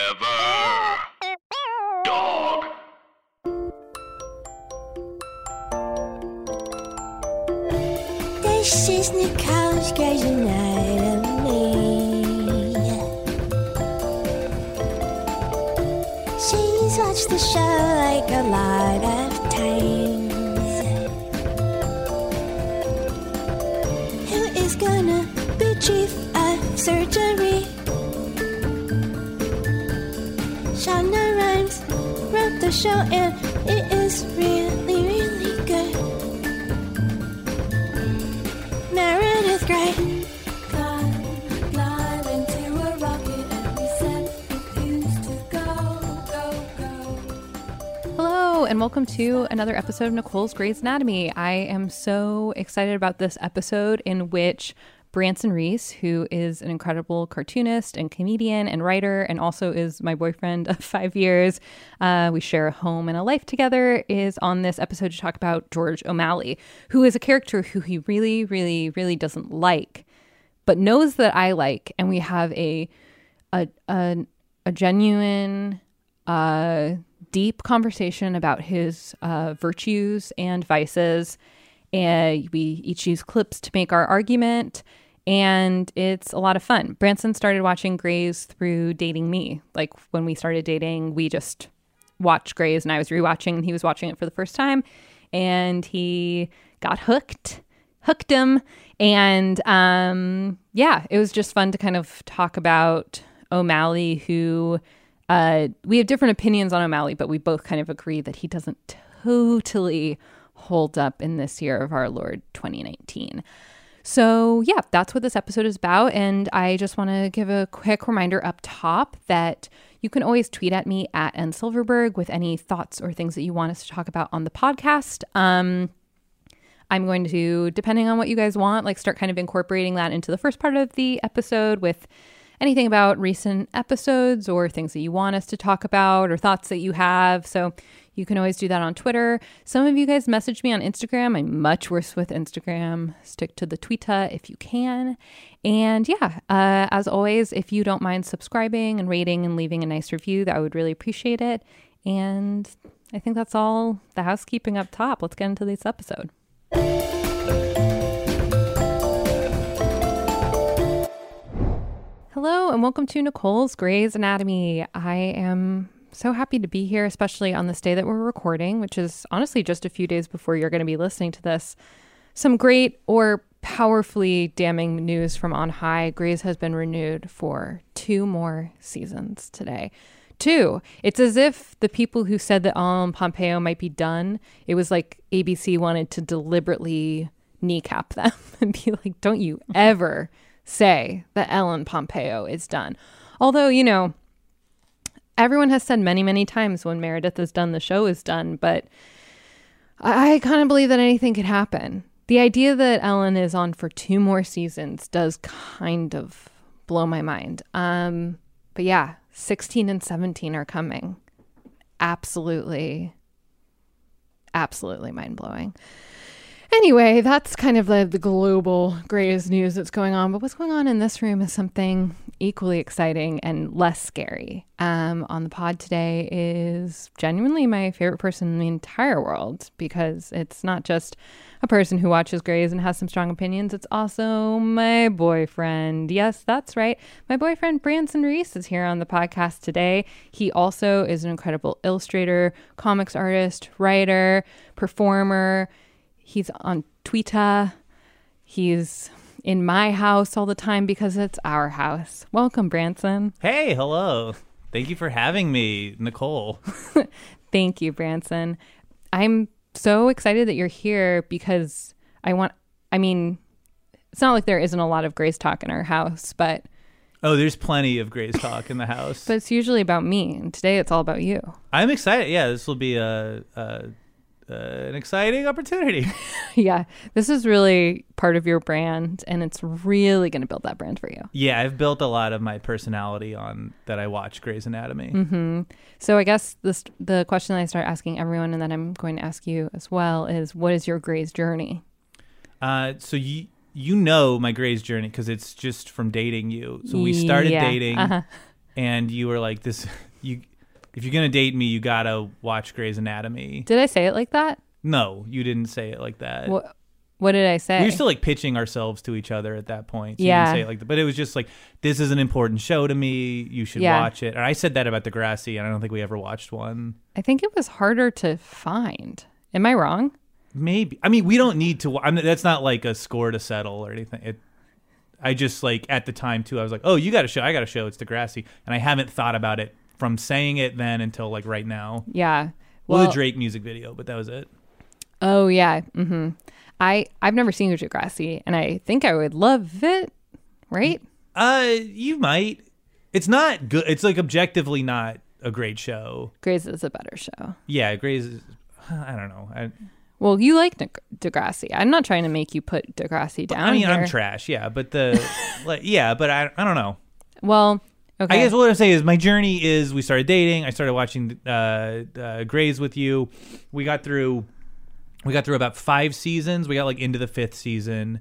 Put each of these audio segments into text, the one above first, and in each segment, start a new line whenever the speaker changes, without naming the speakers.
Forever. Dog.
This is the Cows Guys United me. She's watched the show like a lot of times. Who is gonna be chief of surgery? Shonda Rhimes wrote the show and it is really, really good. Meredith Grey.
Hello, and welcome to another episode of Nicole's Grey's Anatomy. I am so excited about this episode in which Branson Reese, who is an incredible cartoonist and comedian and writer, and also is my boyfriend of five years, uh, we share a home and a life together, is on this episode to talk about George O'Malley, who is a character who he really, really, really doesn't like but knows that I like, and we have a a a, a genuine, uh, deep conversation about his uh, virtues and vices, and we each use clips to make our argument. And it's a lot of fun. Branson started watching Grays through dating me. Like when we started dating, we just watched Grays, and I was rewatching, and he was watching it for the first time, and he got hooked hooked him and um yeah it was just fun to kind of talk about o'malley who uh we have different opinions on o'malley but we both kind of agree that he doesn't totally hold up in this year of our lord 2019 so, yeah, that's what this episode is about. And I just want to give a quick reminder up top that you can always tweet at me at N Silverberg with any thoughts or things that you want us to talk about on the podcast. Um, I'm going to, depending on what you guys want, like start kind of incorporating that into the first part of the episode with anything about recent episodes or things that you want us to talk about or thoughts that you have. So you can always do that on Twitter. Some of you guys message me on Instagram. I'm much worse with Instagram. Stick to the Twitter if you can. And yeah, uh, as always, if you don't mind subscribing and rating and leaving a nice review, that I would really appreciate it. And I think that's all the housekeeping up top. Let's get into this episode. Hello, and welcome to Nicole's Grey's Anatomy. I am so happy to be here, especially on this day that we're recording, which is honestly just a few days before you're going to be listening to this. Some great or powerfully damning news from on high. Grey's has been renewed for two more seasons today. Two. It's as if the people who said that um Pompeo might be done, it was like ABC wanted to deliberately kneecap them and be like, don't you ever say that Ellen Pompeo is done. Although, you know, everyone has said many, many times when Meredith is done, the show is done, but I, I kind of believe that anything could happen. The idea that Ellen is on for two more seasons does kind of blow my mind. Um, but yeah, 16 and 17 are coming. Absolutely, absolutely mind blowing. Anyway, that's kind of the, the global greatest news that's going on. But what's going on in this room is something equally exciting and less scary. Um, on the pod today is genuinely my favorite person in the entire world because it's not just a person who watches Grays and has some strong opinions. It's also my boyfriend. Yes, that's right. My boyfriend Branson Reese is here on the podcast today. He also is an incredible illustrator, comics artist, writer, performer. He's on Twitter. He's in my house all the time because it's our house. Welcome, Branson.
Hey, hello. Thank you for having me, Nicole.
Thank you, Branson. I'm so excited that you're here because I want, I mean, it's not like there isn't a lot of Grace talk in our house, but,
Oh, there's plenty of Gray's talk in the house.
but it's usually about me. And today it's all about you.
I'm excited. Yeah, this will be a, a, a an exciting opportunity.
yeah. This is really part of your brand and it's really going to build that brand for you.
yeah, I've built a lot of my personality on that I watch Gray's Anatomy.
Mm-hmm. So I guess this, the question that I start asking everyone and that I'm going to ask you as well is what is your Gray's journey?
Uh, so you you know my Gray's journey because it's just from dating you. So we started
Yeah, Uh-huh.
dating, and you were like this you if you're gonna date me you gotta watch Grey's Anatomy.
Did I say it like that?
no, you didn't say it like that.
What What did I say?
we were still like pitching ourselves to each other at that point. So you
Eh. Yeah.
didn't say it like that. But it was just like this is an important show to me. You should
Yeah.
watch it. And I said that about the Grassy, and I don't think we ever watched one.
I think it was harder to find. Am I wrong?
Maybe. I mean, we don't need to. wa- I mean, that's not like a score to settle or anything. It. I just like at the time too. I was like, oh, you got a show. I got a show. It's Degrassi, and I haven't thought about it from saying it then until like right now.
Yeah.
Well,
Well,
the Drake music video, but that was it.
oh yeah. Mm-hmm. I I've never seen Degrassi, and I think I would love it. Right?
Uh, you might. It's not good. It's like objectively not a great show.
Grey's is a better show.
Yeah, Grey's. is- I don't know. I,
Well, you like Neg- Degrassi. I'm not trying to make you put Degrassi down.
I mean, I'm
here.
trash. Yeah, but the like, yeah, but I, I don't know.
Well, okay.
I guess what I'm saying is my journey is we started dating. I started watching uh, uh, Grays with you. We got through, we got through about five seasons. We got like into the fifth season.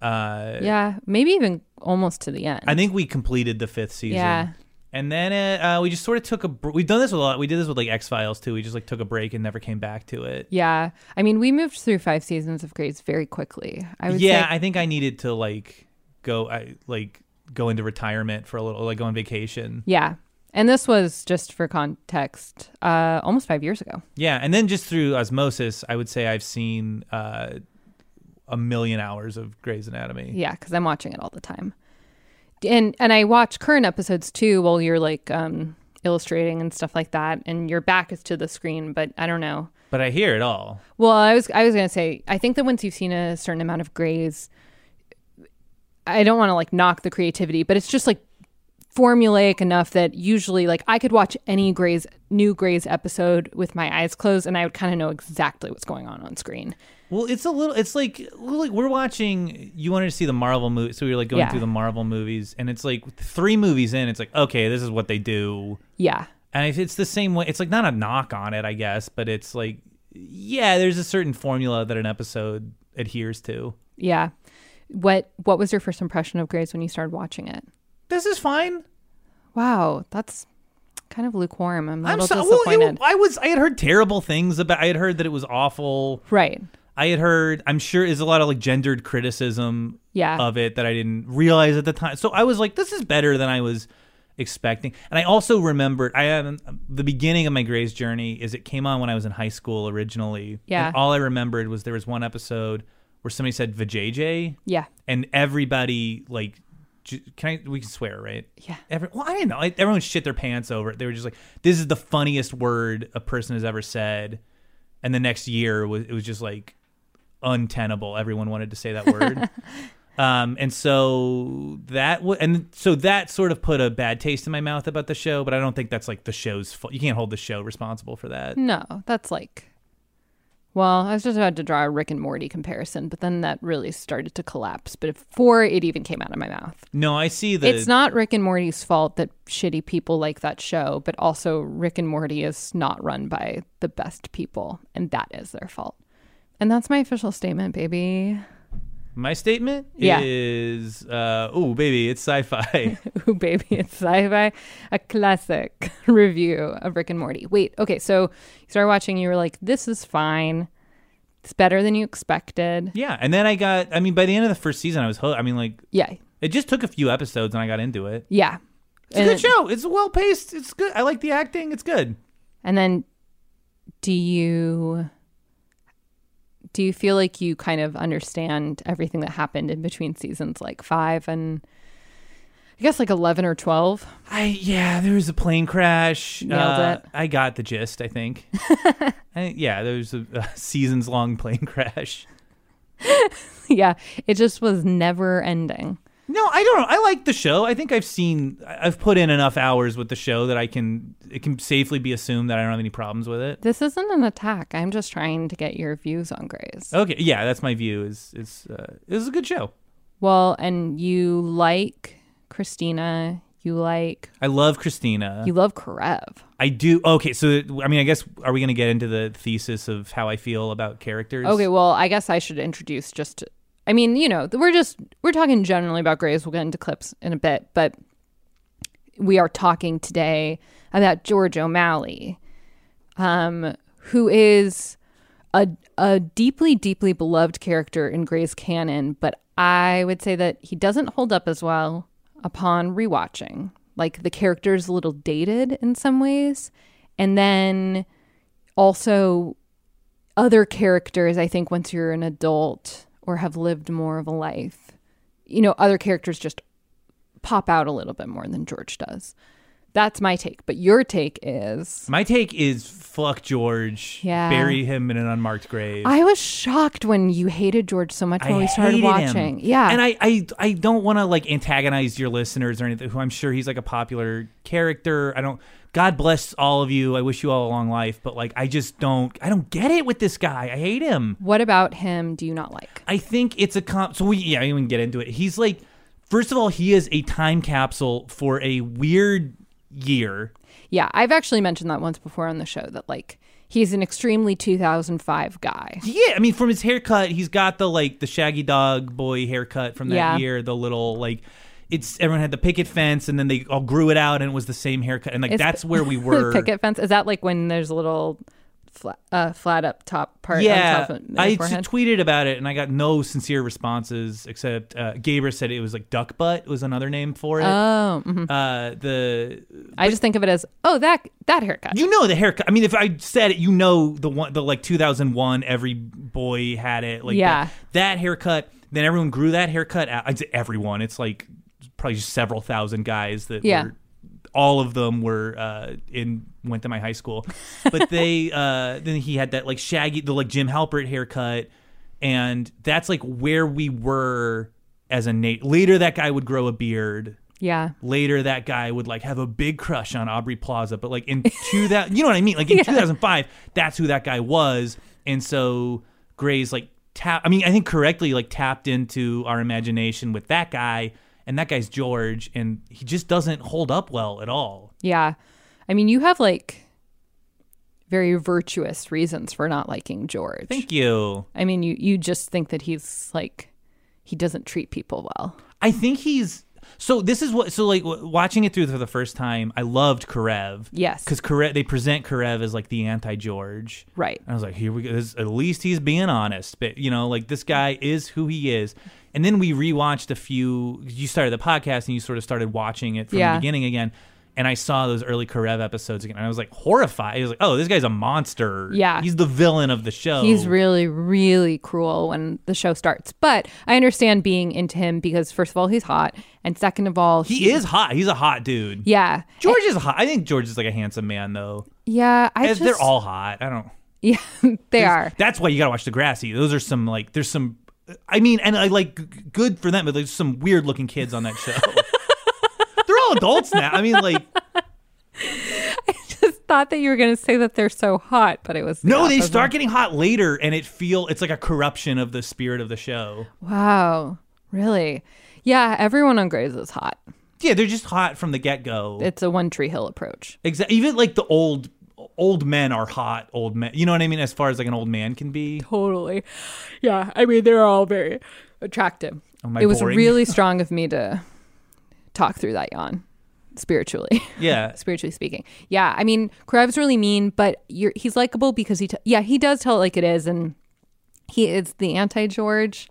Uh,
yeah, maybe even almost to the end.
I think we completed the fifth season.
Yeah.
And then it, uh, we just sort of took a. Br- We've done this with a lot. We did this with like X Files too. We just like took a break and never came back to it.
yeah, I mean, we moved through five seasons of Grey's very quickly. I would
yeah,
say
I think I needed to like go. I like go into retirement for a little, like go on vacation.
Yeah. And this was just for context, uh, almost five years ago.
Yeah, and then just through osmosis, I would say I've seen uh, a million hours of Grey's Anatomy.
Yeah, because I'm watching it all the time. And and I watch current episodes too while you're like um, illustrating and stuff like that. And your back is to the screen, but I don't know.
But I hear it all.
Well, I was I was gonna say I think that once you've seen a certain amount of Grays, I don't want to like knock the creativity, but it's just like formulaic enough that usually like I could watch any Grays new Grays episode with my eyes closed and I would kind of know exactly what's going on on screen.
Well, it's a little. It's like like we're watching. You wanted to see the Marvel movie, so we were like going
Yeah.
through the Marvel movies, and it's like three movies in. It's like okay, this is what they do,
Yeah,
and if it's the same way. It's like not a knock on it, I guess, but it's like yeah, there's a certain formula that an episode adheres to.
yeah. What what was your first impression of Grays when you started watching it?
This is fine.
Wow, that's kind of lukewarm. I'm a
I'm
little
so. well, it-
disappointed.
I was. I had heard terrible things about. I had heard that it was awful.
right.
I had heard, I'm sure, is a lot of like gendered criticism
Yeah.
of it that I didn't realize at the time. So I was like, this is better than I was expecting. And I also remembered, I had the beginning of my Grey's journey is it came on when I was in high school originally.
Yeah.
And all I remembered was there was one episode where somebody said vajayjay,
Yeah.
and everybody like. j- Can I? We can swear, right?
Yeah.
Every, well, I didn't know. Like, everyone shit their pants over it. They were just like, "This is the funniest word a person has ever said," and the next year was it was just like untenable. Everyone wanted to say that word. Um, and so that w- and so that sort of put a bad taste in my mouth about the show, but I don't think that's like the show's fault. You can't hold the show responsible for that.
No, that's like. Well, I was just about to draw a Rick and Morty comparison, but then that really started to collapse before it even came out of my mouth.
No, I see the
it's not Rick and Morty's fault that shitty people like that show, but also Rick and Morty is not run by the best people, and that is their fault. And that's my official statement, baby.
my statement
Yeah.
is uh oh baby, it's sci-fi.
Ooh, baby, it's sci-fi, a classic review of Rick and Morty. Wait, okay, so you started watching, you were like, "This is fine. It's better than you expected."
yeah, and then I got I mean by the end of the first season I was hooked. I mean like
Yeah,
it just took a few episodes and I got into it.
Yeah.
It's a
and,
good show. It's well paced. It's good. I like the acting. It's good.
and then do you do you feel like you kind of understand everything that happened in between seasons like 5 and I guess like 11 or 12?
I yeah, there was a plane crash.
Nailed
Uh,
it.
I got the gist. I think. I, yeah, there was a, a seasons long plane crash.
yeah, it just was never ending.
No, I don't know. I like the show. I think I've seen. I- I've put in enough hours with the show that I can. It can safely be assumed that I don't have any problems with it.
This isn't an attack. I'm just trying to get your views on Grays.
Okay, yeah, that's my view. Is it's uh, it was a good show.
Well, and you like Christina, you like
I love Christina.
you love Karev.
I do. Okay, so I mean, I guess are we going to get into the thesis of how I feel about characters?
Okay, well, I guess I should introduce just. I mean, you know, we're just we're talking generally about Grays. We'll get into clips in a bit, but we are talking today about George O'Malley, um, who is a, a deeply, deeply beloved character in Grey's canon, but I would say that he doesn't hold up as well upon rewatching. Like the character is a little dated in some ways. And then also other characters, I think, once you're an adult or have lived more of a life, you know, other characters just pop out a little bit more than George does. That's my take. But your take is
My take is fuck George.
Yeah.
Bury him in an unmarked grave.
I was shocked when you hated George so much when we started
hated him.
watching. Yeah.
and I, I, I don't want to like antagonize your listeners or anything. Who I'm sure he's like a popular character. I don't. God bless all of you. I wish you all a long life. But like, I just don't. I don't get it with this guy. I hate him.
what about him do you not like?
I think it's a comp. So we, yeah, we can get into it. He's like, first of all, he is a time capsule for a weird year.
Yeah, I've actually mentioned that once before on the show that like he's an extremely 2005 guy.
Yeah, I mean, from his haircut, he's got the like the Shaggy Dog boy haircut from that
Yeah.
year. The little like, it's everyone had the picket fence, and then they all grew it out, and it was the same haircut, and like
It's-
that's where we were.
Picket fence is that like when there's a little flat, uh, flat up top part on
yeah,
top of the
I t-
forehead?
tweeted about it, and I got no sincere responses except uh, Gaber said it was like duck butt was another name for it.
oh, mhm.
uh, the
I just think of it as oh that that haircut.
you know the haircut. I mean, if I said it, you know the one, the like 2001, every boy had it. Like
Yeah.
that, that haircut. Then everyone grew that haircut out. I'd say everyone. It's like probably just several thousand guys that
Yeah.
were. All of them were uh, in went to my high school, but they uh, then he had that like shaggy the like Jim Halpert haircut, and that's like where we were as a Nate. Later, that guy would grow a beard
yeah.
later that guy would like have a big crush on Aubrey Plaza, but like in two that you know what I mean? Like in 2005, that's who that guy was, and so Gray's like tap. I mean, I think correctly like tapped into our imagination with that guy, and that guy's George, and he just doesn't hold up well at all.
Yeah. I mean, you have like very virtuous reasons for not liking George.
Thank you.
I mean, you you just think that he's like he doesn't treat people well.
I think he's so. This is what so like w- watching it through for the first time. I loved Karev.
Yes.
because Karev they present Karev as like the anti George.
Right.
And I was like, here we go. This, at least he's being honest. But, you know, like this guy is who he is. And then we rewatched a few. You started the podcast and you sort of started watching it from
Yeah.
the beginning again. And I saw those early Karev episodes again. And I was like horrified. I was like, oh, this guy's a monster.
Yeah.
He's the villain of the show.
He's really, really cruel when the show starts. But I understand being into him because, first of all, he's hot. And second of all,
He is hot. He's a hot dude.
Yeah.
George is hot. I think George is like a handsome man, though.
Yeah. I
As
just,
they're all hot. I don't.
Yeah, they are.
That's why you gotta watch the grassy. Those are some like there's some. I mean, and I like g- good for them, but there's some weird looking kids on that show. They're all adults now. I mean, like
just thought that you were going to say that they're so hot, but it was. the
no, they
opposite.
start getting hot later, and it feel it's like a corruption of the spirit of the show.
Wow. Really? Yeah. Everyone on Grey's is hot.
Yeah, they're just hot from the get go.
It's a one tree hill approach.
Exactly. Even like the old old men are hot old men. You know what I mean? As far as like an old man can be. Oh,
Totally. Yeah. I mean, they're all very attractive.
Am I
it was
boring?
really strong of me to talk through that yawn spiritually.
Yeah.
spiritually speaking. Yeah, I mean, Krev's really mean, but you're, he's likable because he, t- yeah, he does tell it like it is, and he is the anti George.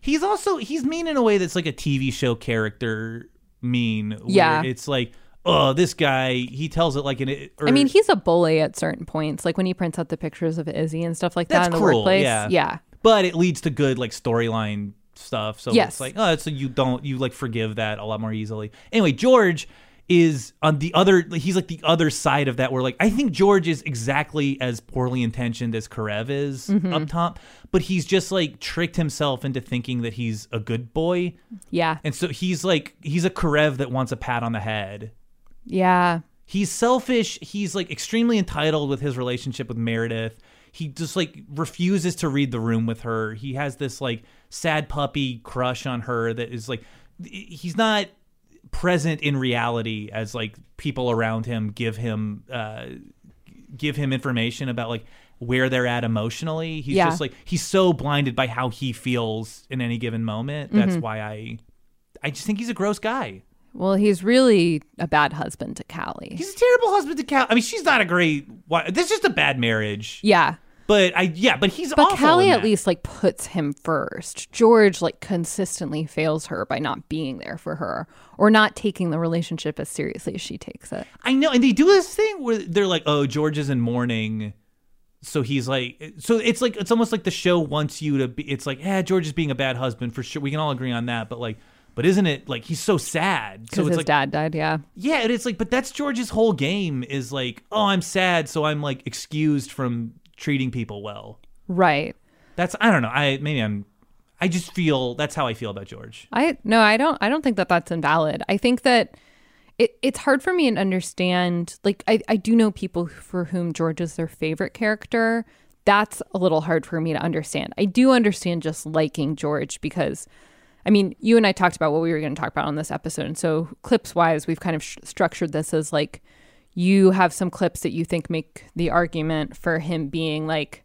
He's also he's mean in a way that's like a TV show character mean. Where
Yeah.
it's like oh this guy he tells it like an. Or,
I mean, he's a bully at certain points, like when he prints out the pictures of Izzy and stuff like
That's
that in the
cruel,
workplace.
yeah.
yeah,
but it leads to good like storyline stuff. So
Yes.
it's like oh so you don't you like forgive that a lot more easily. Anyway, George is on the other he's like the other side of that where like I think George is exactly as poorly intentioned as Karev is
Mm-hmm.
up top, but he's just like tricked himself into thinking that he's a good boy.
yeah,
And so he's like he's a Karev that wants a pat on the head.
yeah.
he's selfish he's like extremely entitled with his relationship with meredith he just like refuses to read the room with her he has this like sad puppy crush on her that is like he's not present in reality as like people around him give him uh give him information about like where they're at emotionally he's
Yeah.
just like he's so blinded by how he feels in any given moment that's why i i just think he's a gross guy
Well, he's really a bad husband to Callie.
He's a terrible husband to Cal. I mean, she's not a great wife. This is just a bad marriage.
yeah.
But I, yeah, but he's
But
awful.
Callie
in
at
that.
least like puts him first. George like consistently fails her by not being there for her or not taking the relationship as seriously as she takes it.
I know, and they do this thing where they're like, "Oh, George is in mourning," so he's like, so it's like it's almost like the show wants you to be. It's like, yeah, George is being a bad husband for sure. We can all agree on that, but like, but isn't it like he's so sad? So
Because
it's
his
like,
dad died, yeah.
yeah, and it's like, but that's George's whole game is like, oh, I'm sad, so I'm like excused from treating people well.
Right.
That's I don't know. I maybe I'm. I just feel that's how I feel about George.
I no, I don't I don't think that that's invalid. I think that it, it's hard for me to understand like I, I do know people for whom George is their favorite character. That's a little hard for me to understand. I do understand just liking George because I mean, you and I talked about what we were going to talk about on this episode. And so clips wise, we've kind of sh- structured this as like you have some clips that you think make the argument for him being like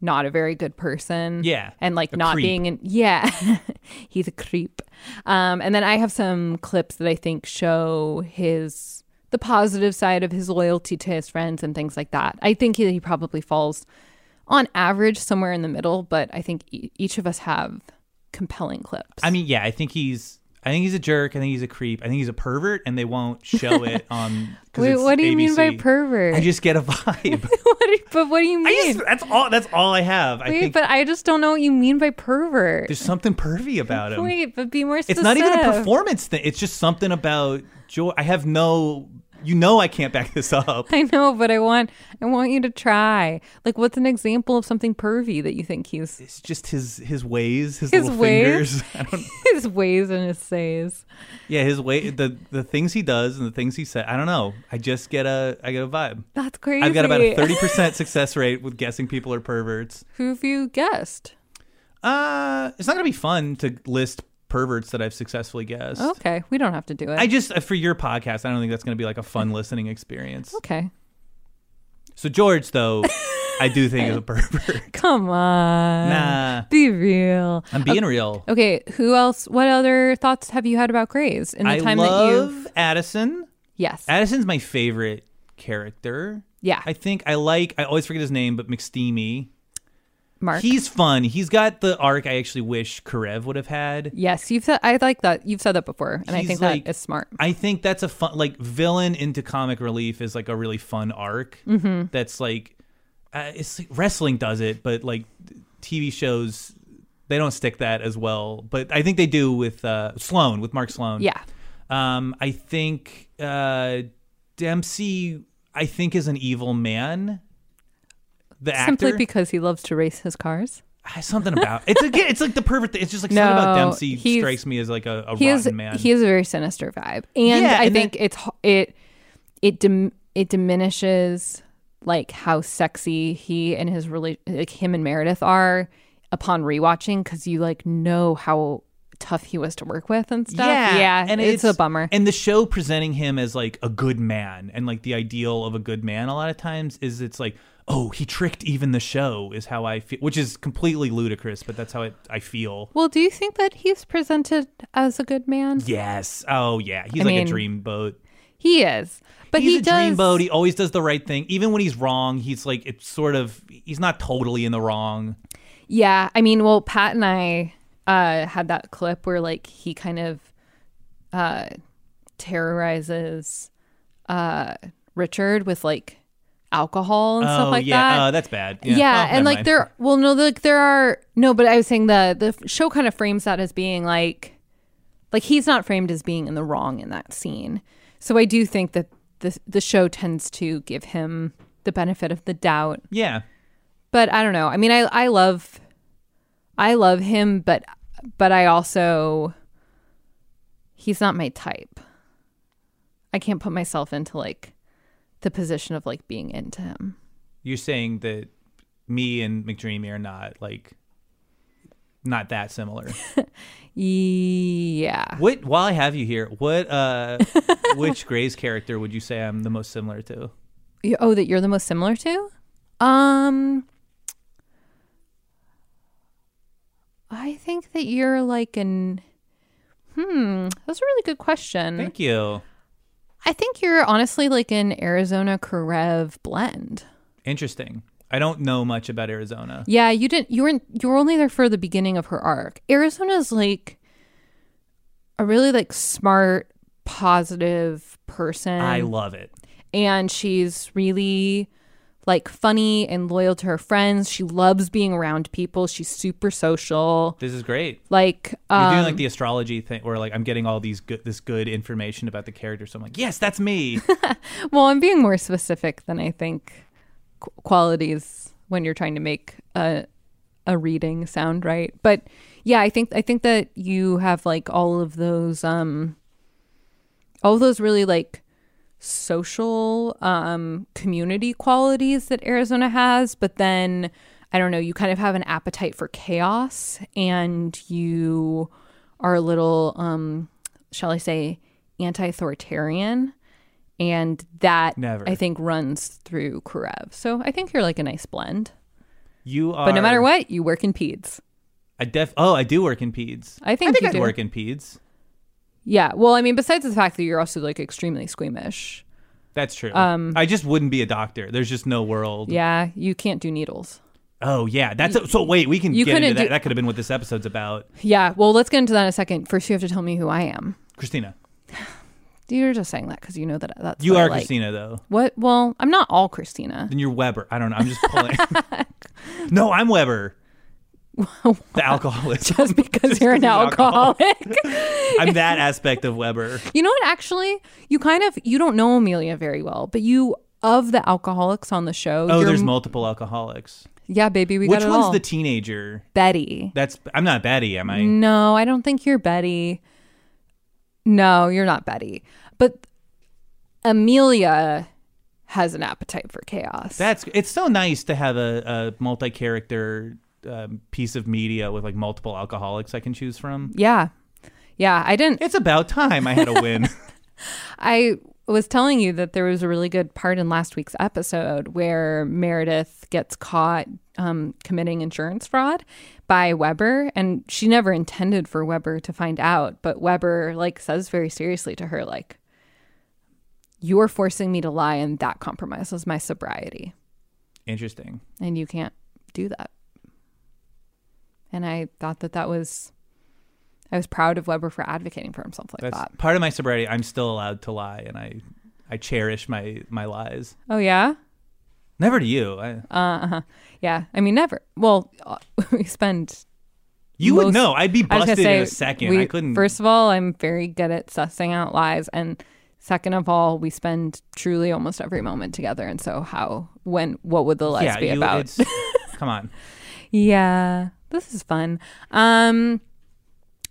not a very good person.
Yeah.
And like
A
not
creep.
being an yeah. he's a creep. Um and then I have some clips that I think show his the positive side of his loyalty to his friends and things like that. I think he, he probably falls on average somewhere in the middle, but I think e- each of us have compelling clips.
I mean, yeah, I think he's. I think he's a jerk. I think he's a creep. I think he's a pervert, and they won't show it on. 'cause
Wait,
it's
what do you mean by
ABC.
pervert?
I just get a vibe.
what do you- but what do you
I
mean?
just, that's all. That's all I have. I
Wait,
think
but I just don't know what you mean by pervert.
there's something pervy about him.
Wait, but be more
it's
specific.
not even a performance thing. It's just something about joy. I have no. You know, I can't back this up.
I know, but I want I want you to try. Like, what's an example of something pervy that you think he's
It's just his his ways, his,
His
little
ways?
fingers. I don't,
his ways and his says?
yeah, his way, the the things he does and the things he said. I don't know. I just get a I get a vibe.
That's crazy.
I've got about a thirty percent success rate with guessing people are perverts.
Who have you guessed?
Uh, it's not gonna be fun to list perverts that I've successfully guessed.
Okay, we don't have to do it.
I just uh, for your podcast, I don't think that's gonna be like a fun listening experience.
okay,
So George, though, I do think is a pervert.
come on,
Nah,
be real.
I'm being real.
Uh, Okay, Oh, who else? What other thoughts have you had about Grays in the
I
time
love
that you?
Addison.
Yes.
Addison's my favorite character.
Yeah.
I think I like. I always forget his name, but McSteamy.
Mark.
He's fun. He's got the arc I actually wish Karev would have had.
Yes, you've said I like that. You've said that before, and I
He's
think
like-
that is smart.
I think that's a fun like villain into comic relief is like a really fun arc.
Mm-hmm.
That's like uh, it's like, wrestling does it, but like TV shows they don't stick that as well. But I think they do with uh, Sloan with Mark Sloan.
Yeah,
Um, I think uh, Dempsey I think is an evil man. The
simply
actor
because he loves to race his cars.
Ah, something about it's again it's like the perfect thing. It's just like something
No,
about Dempsey
he's-
strikes me as like a, a
He
rotten
is
man.
he is a very sinister vibe, and
Yeah,
I
and
think it's h- it it dim, it diminishes like how sexy he and his rela- like him and Meredith are upon rewatching because you like know how tough he was to work with and stuff. yeah,
and
it's, a bummer.
And the show presenting him as like a good man, and like the ideal of a good man, a lot of times is it's like, oh, he tricked even the show, is how I feel, which is completely ludicrous, but that's how it, I feel.
well, do you think that he's presented as a good man?
Yes. Oh yeah, he's
I
like
mean,
a dreamboat.
He is, but
He's
he
a
does.
dreamboat. He always does the right thing, even when he's wrong. He's like it's sort of he's not totally in the wrong.
Yeah, I mean, well, Pat and I uh, had that clip where like he kind of uh, terrorizes uh, Richard with like alcohol and
oh
stuff like
yeah,
that.
Uh, that's bad.
yeah,
Oh, never
and like
mind.
there, well, no, like there are no, but I was saying the the show kind of frames that as being like, like he's not framed as being in the wrong in that scene. So I do think that the the show tends to give him the benefit of the doubt
Yeah,
but I don't know. I mean, I I love, I love him, but but I also, he's not my type. I can't put myself into like the position of like being into him.
you're saying that me and McDreamy are not like not that similar.
Yeah,
What while I have you here, what uh which Gray's character would you say I'm the most similar to?
You- oh, that you're the most similar to. Um, I think that you're like an hmm, That's a really good question.
Thank you.
I think you're honestly like an Arizona Karev blend.
Interesting. I don't know much about Arizona.
Yeah, you didn't. You weren't. You were only there for the beginning of her arc. Arizona's like a really like smart, positive person.
I love it.
and she's really like funny and loyal to her friends. She loves being around people. She's super social.
This is great.
Like,
You're
um,
doing like the astrology thing, where like I'm getting all these good, this good information about the character. So I'm like, yes, that's me.
well, I'm being more specific than I think qu- qualities when you're trying to make a a reading sound right. But yeah, I think I think that you have like all of those um all of those really like social um community qualities that Arizona has, but then I don't know, you kind of have an appetite for chaos and you are a little um shall I say anti-authoritarian and that
Never.
I think runs through Karev. So I think you're like a nice blend.
You are.
But no matter what, you work in peds.
I def. Oh, I do work in peds.
I think
I think
you
I'd
do.
work in peds.
Yeah. Well, I mean, besides the fact that you're also like extremely squeamish.
Mm-hmm. That's true. Um, I just wouldn't be a doctor. There's just no world.
Yeah, you can't do needles.
Oh yeah, that's a, so. Wait, we can
you
get into
couldn't
that.
do-
that could have been what this episode's about.
Yeah. Well, let's get into that in a second. First, you have to tell me who I am.
Christina,
You're just saying that because you know that uh, that's
you
what I
are
like.
Christina though.
What? Well, I'm not all Christina.
Then you're Weber. I don't know. I'm just pulling. no, I'm Weber. the alcoholic.
Just because you're an
because I'm alcoholic.
alcoholic.
I'm that aspect of Weber.
you know what? Actually, you kind of you don't know Amelia very well, but you of the alcoholics on the show.
Oh,
you're-
there's multiple alcoholics.
yeah, baby, we
Which
got it
one's
all.
the teenager?
Betty.
That's I'm not Betty, am I?
No, I don't think you're Betty. No, you're not Betty. But Amelia has an appetite for chaos.
That's it's so nice to have a, a multi-character um, piece of media with like multiple alcoholics I can choose from.
yeah. Yeah, I didn't
It's about time I had a win.
I was telling you that there was a really good part in last week's episode where Meredith gets caught um, committing insurance fraud by Weber, and she never intended for Weber to find out, but Weber like says very seriously to her, like, "You're forcing me to lie, and that compromises my sobriety,
Interesting.
and you can't do that." And I thought that that was, I was proud of Weber for advocating for himself like
That's
that.
part of my sobriety. I'm still allowed to lie, and I I cherish my my lies.
Oh yeah.
Never to you. I,
Yeah, I mean, never. Well, uh, we spend.
you would
most-
know. I'd be
I was gonna
busted
say,
in a second.
we-
I couldn't.
First of all, I'm very good at sussing out lies, and second of all, we spend truly almost every moment together. And so, how, when, what would the lies
yeah,
be
you,
about?
it's- come on.
Yeah, this is fun. Um.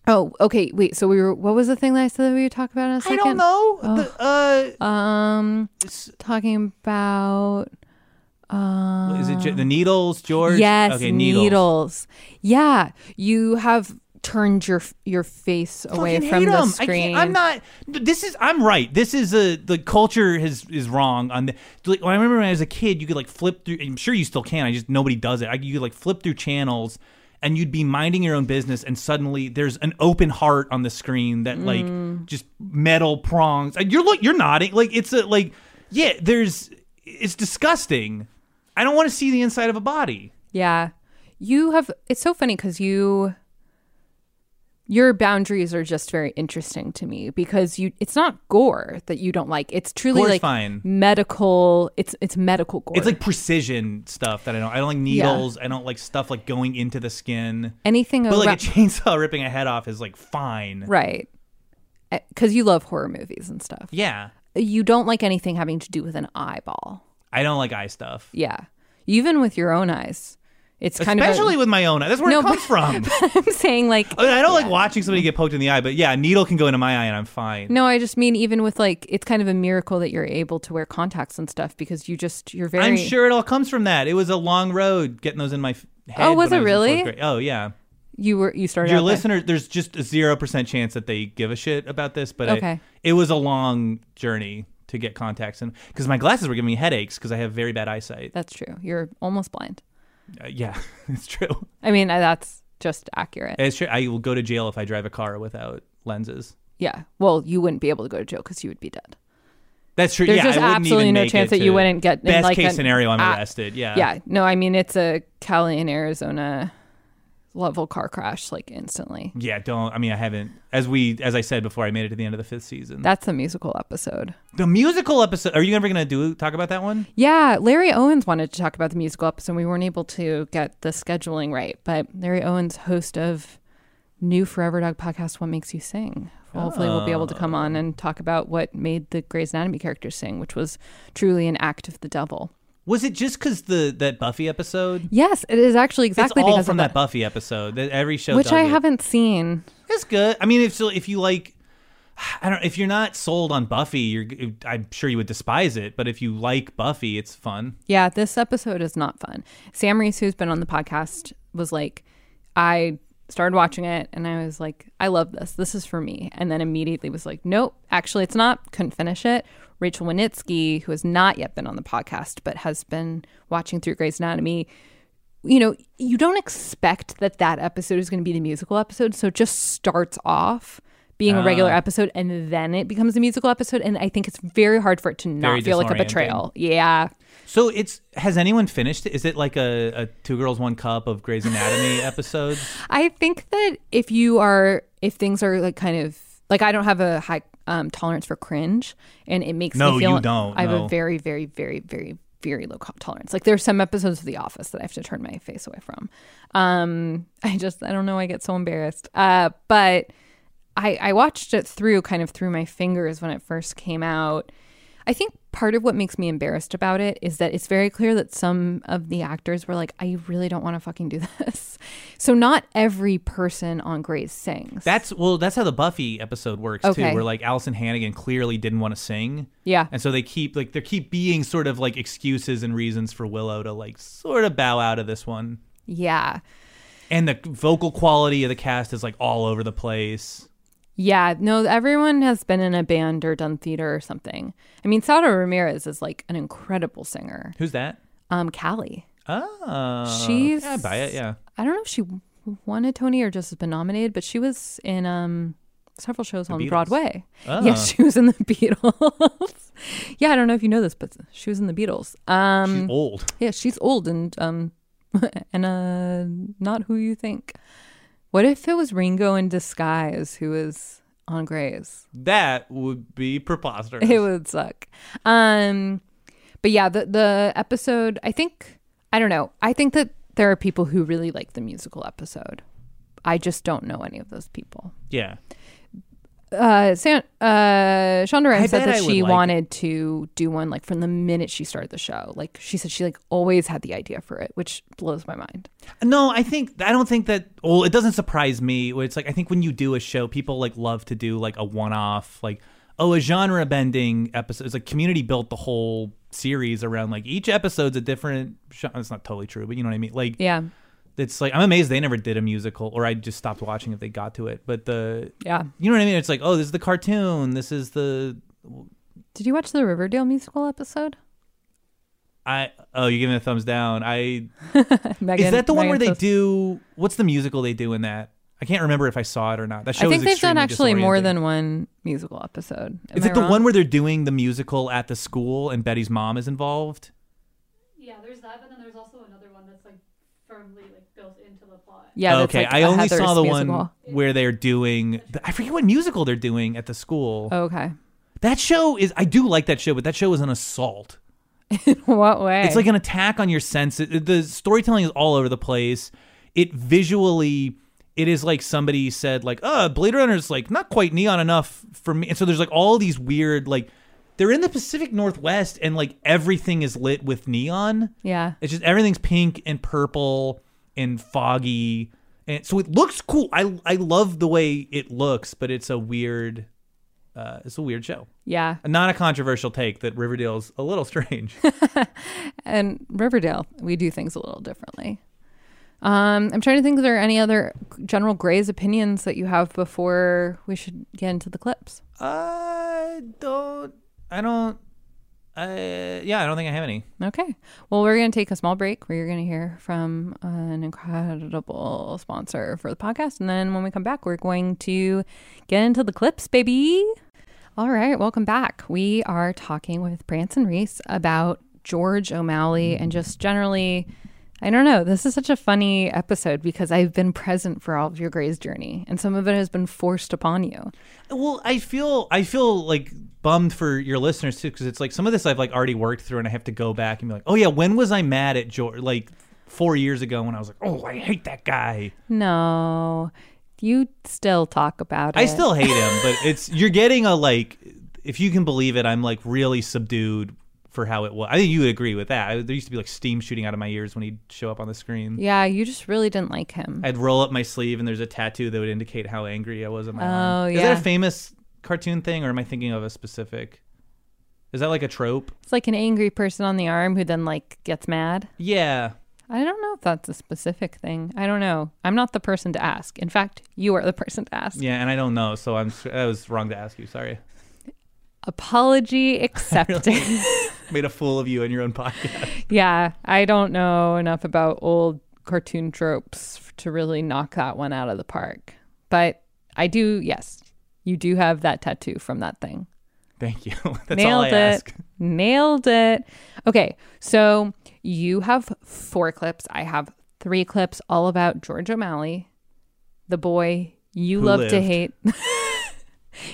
Oh, okay. Wait. So we were. What was the thing that I said that we would talk about in a
I
second? Oh.
don't know. The, uh,
Um,
It's-
talking about
uh, is it Ge- the needles, George?
Yes,
Okay,
needles. Yeah, you have turned your your face away
Fucking
from
hate
the
'em.
screen.
I am not. This is. I'm right. This is a. The culture is is wrong on the. Like, when I remember when I was a kid, you could like flip through. I'm sure you still can. I just nobody does it. I, you could like flip through channels, and you'd be minding your own business, and suddenly there's an open heart on the screen that like
Mm.
just metal prongs. And You're look. You're nodding. Like it's a like. Yeah. There's. It's disgusting. I don't want to see the inside of a body.
Yeah, you have. It's so funny because you your boundaries are just very interesting to me because you it's not gore that you don't like. It's truly
Gore's
like
fine.
medical. It's it's medical gore.
It's like precision stuff that I don't. I don't like needles. I don't like stuff like going into the skin.
anything
But like
around-
a chainsaw ripping a head off is like fine.
right because you love horror movies and stuff.
Yeah.
You don't like anything having to do with an eyeball.
I don't like eye stuff.
Yeah, even with your own eyes, it's kind of a-
Especially Oh. with my own eye. That's where
No,
it comes from.
I'm saying like
I, mean, I don't like watching somebody get poked in the eye, but yeah, a needle can go into my eye and I'm fine.
no, I just mean even with like it's kind of a miracle that you're able to wear contacts and stuff because you just you're very
I'm sure it all comes from that. It was a long road getting those in my f- head.
Oh, was it
when I in
really?
fourth grade. Oh, yeah.
you were you started
Your
out by-
listener, there's just a 0% chance that they give a shit about this, but I-
Okay.
it was a long journey to get contacts in because my glasses were giving me headaches because I have very bad eyesight.
That's true. You're almost blind.
Uh, yeah, it's true.
I mean I, that's just accurate.
Eh. It's true. I will go to jail if I drive a car without lenses.
Yeah. Well, you wouldn't be able to go to jail because you would be dead.
That's true.
There's
yeah,
just
I wouldn't
absolutely
even
no
make
chance
it
that you
to-
wouldn't get in,
best
like,
case
an-
scenario. I'm
ah,
arrested. Yeah,
yeah. No, I mean it's a Cali and Arizona level car crash like instantly.
yeah. Don't. I mean, I haven't. As we, as I said before, I made it to the end of the fifth season.
That's the musical episode.
the musical episode. Are you ever gonna do talk about that one?
Yeah, Larry Owens wanted to talk about the musical episode. We weren't able to get the scheduling right, but Larry Owens, host of New Forever Dog podcast, What Makes You Sing. Hopefully, we'll be able to come on
Ah.
and talk about what made the Grey's Anatomy character sing, which was truly an act of the devil.
Was it just because the that Buffy episode?
Yes, it is actually exactly
it's all
because
from
of
that Buffy episode. That every show,
which
does
I
it.
haven't seen.
It's good. I mean, if so, if you like, I don't. If you're not sold on Buffy, you're. I'm sure you would despise it. But if you like Buffy, it's fun.
Yeah, this episode is not fun. Sam Reese, who's been on the podcast, was like, I started watching it and I was like, I love this. This is for me. And then immediately was like, nope, actually, it's not. Couldn't finish it. Rachel Winitsky, who has not yet been on the podcast, but has been watching through Grey's Anatomy, you know, you don't expect that that episode is going to be the musical episode. So it just starts off being a regular
Ah.
episode and then it becomes a musical episode. And I think it's very hard for it to
Very
not feel like a
disorienting.
betrayal. Yeah.
So it's. Has anyone finished it? Is it like a, a two girls one cup of Grey's Anatomy episodes?
I think that if you are, if things are like kind of like I don't have a high um, tolerance for cringe, and it makes
No,
me feel
you don't,
I have
no.
a very, very, very, very, very low co- tolerance. Like there's some episodes of The Office that I have to turn my face away from. Um, I just I don't know. I get so embarrassed. Uh, but I I watched it through kind of through my fingers when it first came out. I think part of what makes me embarrassed about it is that it's very clear that some of the actors were like, I really don't want to fucking do this. So not every person on Grace sings.
That's well. That's how the Buffy episode works
Okay.
too, where like Allison Hannigan clearly didn't want to sing.
Yeah.
and so they keep like there keep being sort of like excuses and reasons for Willow to like sort of bow out of this one.
yeah.
And the vocal quality of the cast is like all over the place.
Yeah. No, everyone has been in a band or done theater or something. I mean, Sada Ramirez is like an incredible singer.
Who's that?
Um, Callie.
Oh,
She's-
yeah, I buy it. Yeah,
I don't know if she w- won a Tony or just has been nominated, but she was in um several shows on
Beatles.
Broadway. Yes, she was in the Beatles. yeah, I don't know if you know this, but she was in the Beatles. Um,
she's old.
yeah, she's old and um and uh not who you think. What if it was Ringo in disguise who was on Grays?
That would be preposterous.
It would suck. Um, but yeah, the the episode. I think I don't know. I think that there are people who really like the musical episode. I just don't know any of those people.
yeah,
Uh, San, uh, Shonda
I
Rhimes said
bet I
that
would
she
like it.
wanted to do one like from the minute she started the show. Like she said, she like always had the idea for it, which blows my mind.
no, I think I don't think that. Well, it doesn't surprise me. It's like I think when you do a show, people like love to do like a one-off, like oh, a genre-bending episode. It's like Community built the whole series around like each episode's a different. Sh- it's not totally true, but you know what I mean. Like
Yeah,
it's like I'm amazed they never did a musical, or I just stopped watching if they got to it. But the
yeah.
you know what I mean? It's like, oh, this is the cartoon. This is the
Did you watch the Riverdale musical episode?
I. Oh, you're giving a thumbs down. I
Megan,
is that the one
Megan
where they
Fox-
do? What's the musical they do in that? I can't remember if I saw it or not. That show
I think
is
they've done actually
extremely
more
disorienting.
than one musical episode. Am
Is
I
it the
wrong?
one where they're doing the musical at the school and Betty's mom is involved?
Yeah, there's that, but then there's also another one that's like firmly like built into the plot.
Yeah, that's
okay.
like
I
a
only
Heather's
saw the one
musical.
where they're doing. I forget what musical they're doing at the school.
Oh, Okay,
That show is. I do like that show, but that show is an assault.
what way?
It's like an attack on your senses. The storytelling is all over the place. It visually, it is like somebody said, like, "Uh, Blade Runner's like not quite neon enough for me." And so there's like all these weird, like, they're in the Pacific Northwest, and like everything is lit with neon.
yeah,
It's just everything's pink and purple and foggy, and so it looks cool. I I love the way it looks, but it's a weird, uh, it's a weird show.
yeah.
Not a controversial take that Riverdale's a little strange.
And Riverdale, we do things a little differently. Um, I'm trying to think. If there are any other general Gray's opinions that you have before we should get into the clips?
I don't. I don't. Uh, yeah, I don't think I have any.
Okay. Well, we're going to take a small break where you're going to hear from an incredible sponsor for the podcast. And then when we come back, we're going to get into the clips, baby. All right. Welcome back. We are talking with Branson Reese about George O'Malley and just generally. I don't know. This is such a funny episode because I've been present for all of your Grey's journey, and some of it has been forced upon you.
Well, I feel I feel like bummed for your listeners too because it's like some of this I've like already worked through and I have to go back and be like, oh yeah, when was I mad at George? Like four years ago when I was like, oh, I hate that guy.
No, you still talk about it.
I still hate him, but it's you're getting a like, if you can believe it, I'm like really subdued for how it was. I think you would agree with that. I, there used to be like steam shooting out of my ears when he'd show up on the screen.
Yeah, you just really didn't like him.
I'd roll up my sleeve and there's a tattoo that would indicate how angry I was at my
Oh,
mom. Is
yeah.
that a famous cartoon thing or am I thinking of a specific? Is that like a trope?
It's like an angry person on the arm who then like gets mad.
Yeah.
I don't know if that's a specific thing. I don't know. I'm not the person to ask. In fact, you are the person to ask.
Yeah, and I don't know, so I'm I was wrong to ask you. Sorry.
Apology accepted.
Made a fool of you in your own podcast.
yeah, I don't know enough about old cartoon tropes f- to really knock that one out of the park. But I do, yes. You do have that tattoo from that thing.
Thank you. That's all
Nailed
I
it.
ask.
Nailed it. Okay, so you have four clips. I have three clips all about George O'Malley, the boy you
Who
love to
lived.
hate.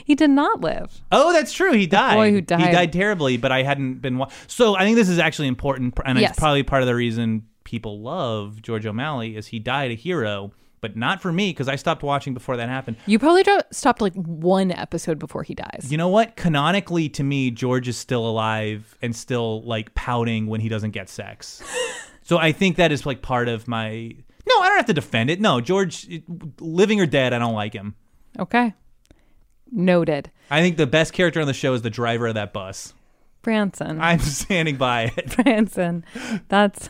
he did not live.
Oh, that's true. He died.
boy who died.
He died terribly, but I hadn't been. Wa- so I think this is actually important, and
Yes.
it's probably part of the reason people love George O'Malley is he died a hero, but not for me because I stopped watching before that happened.
You probably dro- stopped like one episode before he dies.
You know what? Canonically, to me, George is still alive and still like pouting when he doesn't get sex. so I think that is like part of my. No, I don't have to defend it. No, George, it- living or dead, I don't like him.
Okay. Noted.
I think the best character on the show is the driver of that bus.
Branson.
I'm standing by it.
Branson. That's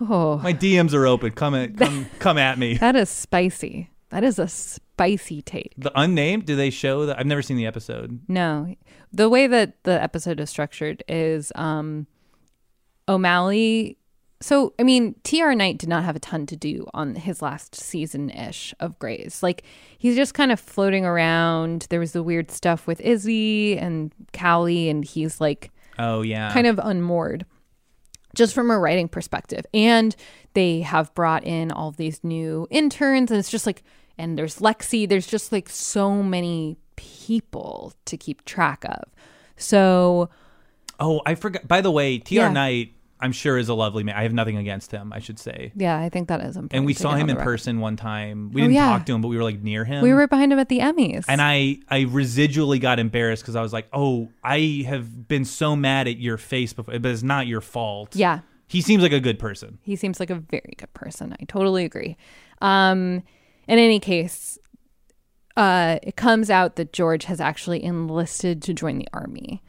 Oh,
My DMs are open. Come at come come at me.
that is spicy. That is a spicy take.
The unnamed? Do they show that? I've never seen the episode.
No. The way that the episode is structured is um O'Malley so I mean TR Knight did not have a ton to do on his last season ish of Grays. Like he's just kind of floating around. There was the weird stuff with Izzy and Callie and he's like
Oh yeah.
kind of unmoored just from a writing perspective and they have brought in all these new interns and it's just like and there's lexi there's just like so many people to keep track of so
Oh, I forgot. By the way, T.R.
Yeah.
Knight, I'm sure is a lovely man. I have nothing against him. I should say.
yeah i think that is important
And we
to
saw
get on
him in
the record.
person one time. We didn't
Oh, yeah.
talk to him, but we were like near him.
we were behind him at the emmys
And I, I residually got embarrassed because I was like, oh, I have been so mad at your face before, but it's not your fault.
yeah
He seems like a good person.
He seems like a very good person. I totally agree. Um, in any case, uh, it comes out that George has actually enlisted to join the army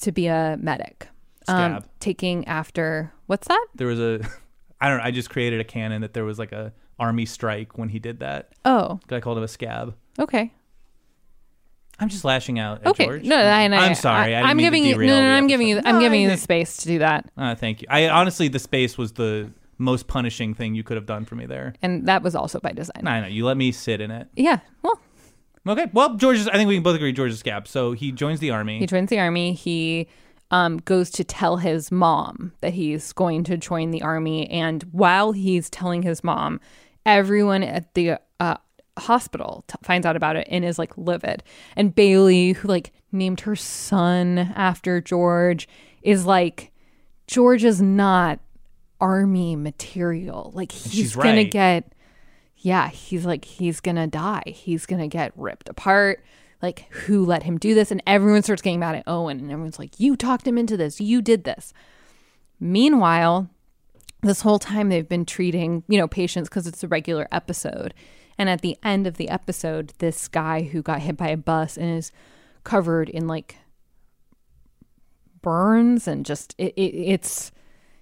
to be a medic, Um,
Scab.
taking after what's that?
there was a, I don't know, I just created a canon that there was like a army strike when he did that.
Oh,
I called him a scab.
okay,
I'm just lashing out at
okay.
George.
No, I, and I,
I'm sorry. I, didn't
am
mean to
giving you no,
derail
no.
the
I'm giving you.
episode.
I'm
No,
giving you
I
the
didn't-
space to do that,
Ah, thank you. I honestly, the space was the most punishing thing you could have done for me there.
and that was also by design.
I know you let me sit in it.
Yeah. Well,
Okay. Well, George is, I think we can both agree George is scab. So he joins the army.
He joins the army. He um, goes to tell his mom that he's going to join the army. And while he's telling his mom, everyone at the uh, hospital t- finds out about it and is like livid. And Bailey, who like named her son after George, is like, George is not army material. Like he's
she's
gonna
right.
get yeah, he's like he's gonna die. He's gonna get ripped apart. Like who let him do this? And everyone starts getting mad at Owen and everyone's like, You talked him into this, you did this. Meanwhile, this whole time they've been treating, you know, patients because it's a regular episode. And at the end of the episode, this guy who got hit by a bus and is covered in like burns and just
Mm-hmm.
it, it, it's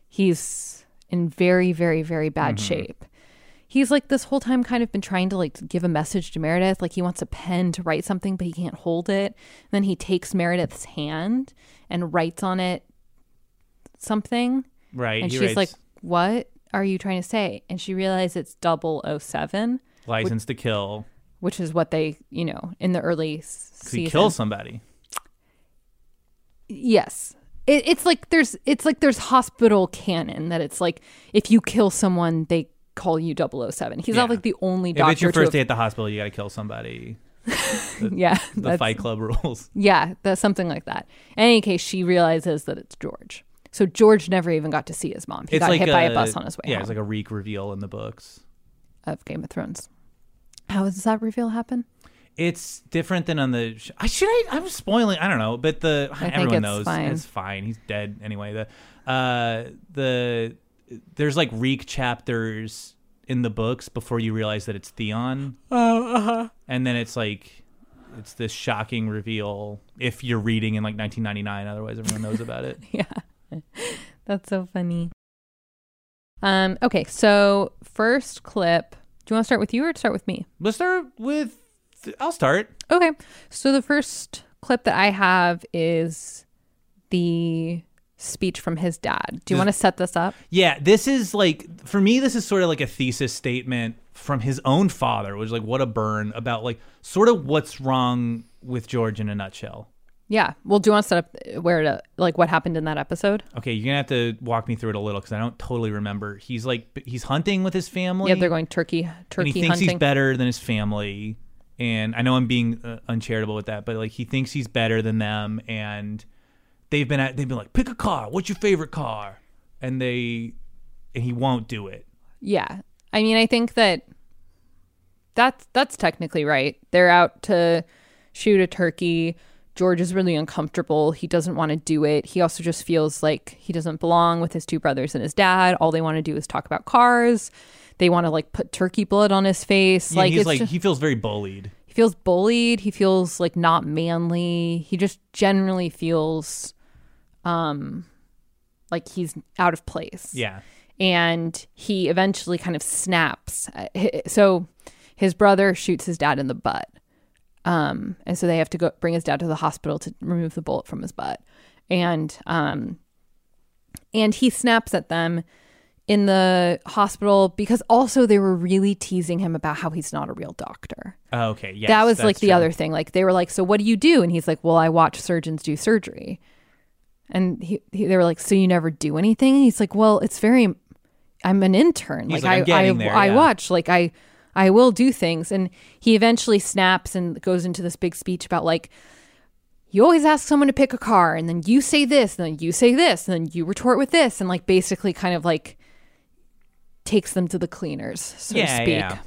he's in very very very bad shape he's like this whole time kind of been trying to like give a message to Meredith. Like he wants a pen to write something, but he can't hold it. And then he takes Meredith's hand and writes on it something.
Right.
And
he
she's
writes,
like, What are you trying to say? And she realized it's 007,
license to kill.
which is what they, you know, in the early s-
Could he
season.
kill somebody?
Yes. It, it's like there's it's like there's hospital canon that it's like if you kill someone they call you 007. He's
Yeah.
not like the only
If
doctor
it's your
to
first
have-
day at the hospital, you got to kill somebody.
yeah,
The
that's-
Fight Club rules.
Yeah, that's something like that. In any case, she realizes that it's George. So George never even got to see his mom. He got hit by a bus on his way
Yeah,
home
it's like a reek reveal in the books.
of Game of Thrones. How does that reveal happen?
It's different than on the. Sh- I should. I, I'm spoiling. I don't know, but the
think
everyone
it's
knows
fine.
it's fine. He's dead anyway. The uh, the there's like reek chapters in the books before you realize that it's Theon. Oh, and then it's like it's this shocking reveal if you're reading in like 1999. Otherwise, everyone knows about it.
Yeah. that's so funny. Um, okay, so first clip. Do you want to start with you or start with me?
Let's start with. I'll start.
Okay. So the first clip that I have is the speech from his dad. Do you want to set this up?
Yeah, this is like for me, this is sort of like a thesis statement from his own father, which is like what a burn about like sort of what's wrong with George in a nutshell.
Yeah. Well, do you want to set up where to like what happened in that episode?
Okay, you're gonna have to walk me through it a little because I don't totally remember. He's like b- he's hunting with his family.
Yeah, they're going turkey
and he
turkey
thinks he's
hunting.
better than his family. And I know I'm being uh, uncharitable with that, but like he thinks he's better than them, and they've been at, they've been like pick a car. What's your favorite car? And they and he won't do it.
yeah. I mean, I think that that's that's technically right. They're out to shoot a turkey. George is really uncomfortable. He doesn't want to do it. He also just feels like he doesn't belong with his two brothers and his dad. All they want to do is talk about cars. They want to like put turkey blood on his face.
Yeah,
like
he's
it's
like
just-
he feels very bullied.
he feels bullied he feels like not manly he just generally feels um like he's out of place
Yeah.
and he eventually kind of snaps Uh, hi- so his brother shoots his dad in the butt um and so they have to go bring his dad to the hospital to remove the bullet from his butt and um and he snaps at them in the hospital because also they were really teasing him about how he's not a real doctor
Oh, okay. Yes,
that was like
that's
the
true.
other thing. Like they were like, "So what do you do?" And he's like, "Well, I watch surgeons do surgery." And he, he they were like, "So you never do anything?" And he's like, "Well, it's very I'm an intern. Like,
He's like, "I'm
I I,
getting there,
I
yeah."
watch. Like I I will do things." And he eventually snaps and goes into this big speech about like you always ask someone to pick a car and then you say this and then you say this and then you retort with this and like basically kind of like takes them to the cleaners, so
Yeah,
to speak.
yeah.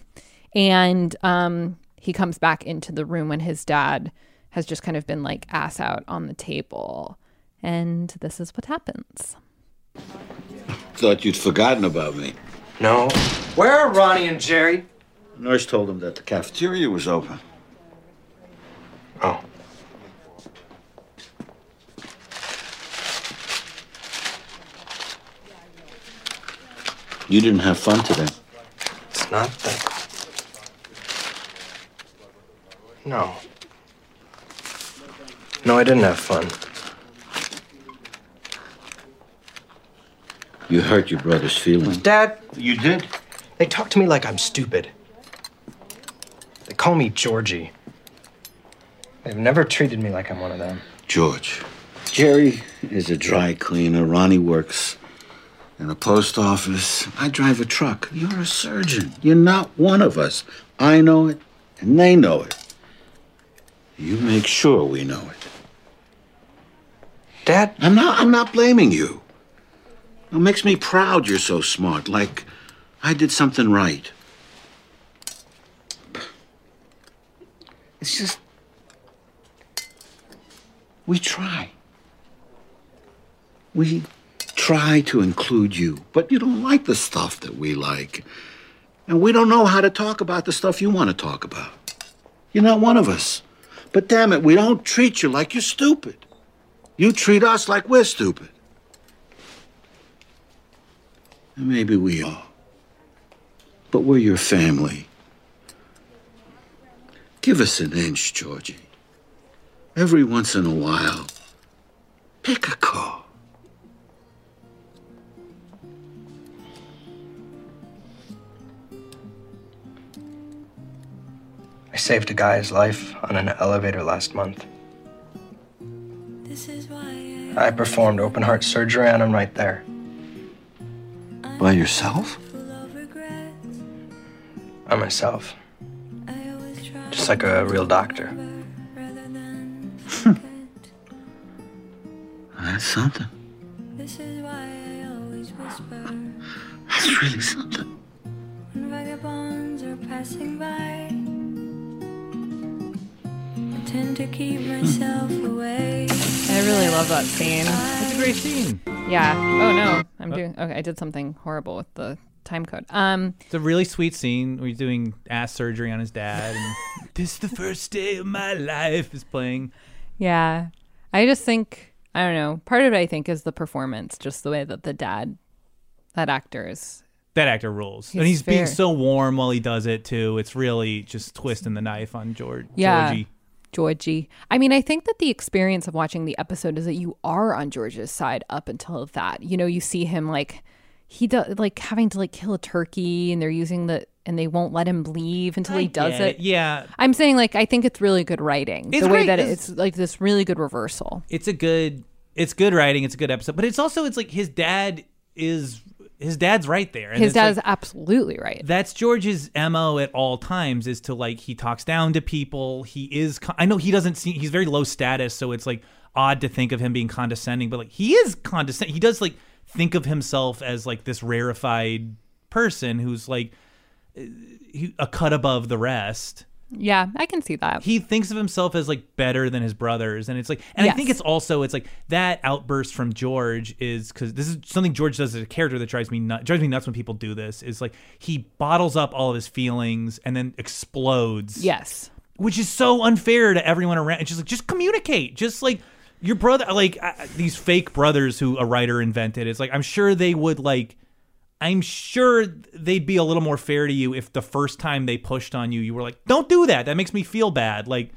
And um, he comes back into the room when his dad has just kind of been like ass out on the table. And this is what happens.
Thought you'd forgotten about me.
No. Where are Ronnie and Jerry?
Nurse told him that the cafeteria was open.
Oh.
You didn't have fun today.
It's not that. No. No, I didn't have fun.
You hurt your brother's feelings.
Dad,
You did?
they talk to me like I'm stupid. They call me Georgie. They've never treated me like I'm one of them.
George. Jerry is a dry cleaner. Ronnie works in a post office. I drive a truck. You're a surgeon. You're not one of us. I know it, and they know it. You make sure we know it.
Dad,
I'm not I'm not blaming you. It makes me proud you're so smart, like I did something right. It's just we try. We try to include you, but you don't like the stuff that we like. And we don't know how to talk about the stuff you want to talk about. You're not one of us. But damn it, we don't treat you like you're stupid. You treat us like we're stupid. And maybe we are. but we're your family. Give us an inch, Georgie. Every once in a while, pick a call.
I saved a guy's life on an elevator last month.
This is why
I performed open heart surgery on him right there.
I
By yourself?
full of regrets.
On myself.
I always try
Just like a real doctor.
rather than forget.
That's something.
This is why I always whisper
That's really something.
when vagabonds are passing by. I tend to keep myself away.
I really love that scene.
It's a great scene.
Yeah. Oh no, I'm doing. Okay, I did something horrible with the time code. Um,
It's a really sweet scene. where He's doing ass surgery on his dad. And this is the first day of my life is playing.
yeah. I just think I don't know. Part of it, I think, is the performance, just the way that the dad, that actor is.
That actor rules, and
He's
he's being
fair.
so warm while he does it too. It's really just twisting the knife on George.
Yeah.
Georgie.
Georgie. I mean, I think that the experience of watching the episode is that you are on George's side up until that. You know, you see him like he does like having to like kill a turkey and they're using the and they won't let him leave until he does
Yeah,
it.
Yeah,
I'm saying like I think it's really good writing.
It's
the way
great.
that
It's-
it's like this really good reversal.
it's a good it's good writing it's a good episode but it's also it's like his dad is his dad's right there and
His
it's
dad
like,
is absolutely right.
that's george's mo at all times is to like he talks down to people he is con- i know he doesn't seem he's very low status so it's like odd to think of him being condescending but like he is condescending he does like think of himself as like this rarefied person who's like uh, he- a cut above the rest
Yeah, I can see that.
he thinks of himself as like better than his brothers and it's like and
Yes.
i think it's also it's like that outburst from george is because this is something george does as a character that drives me nuts drives me nuts when people do this is like he bottles up all of his feelings and then explodes
yes.
which is so unfair to everyone around it's just like just communicate just like your brother like I, these fake brothers who a writer invented it's like i'm sure they would like I'm sure they'd be a little more fair to you if the first time they pushed on you, you were like, "Don't do that. That makes me feel bad." Like,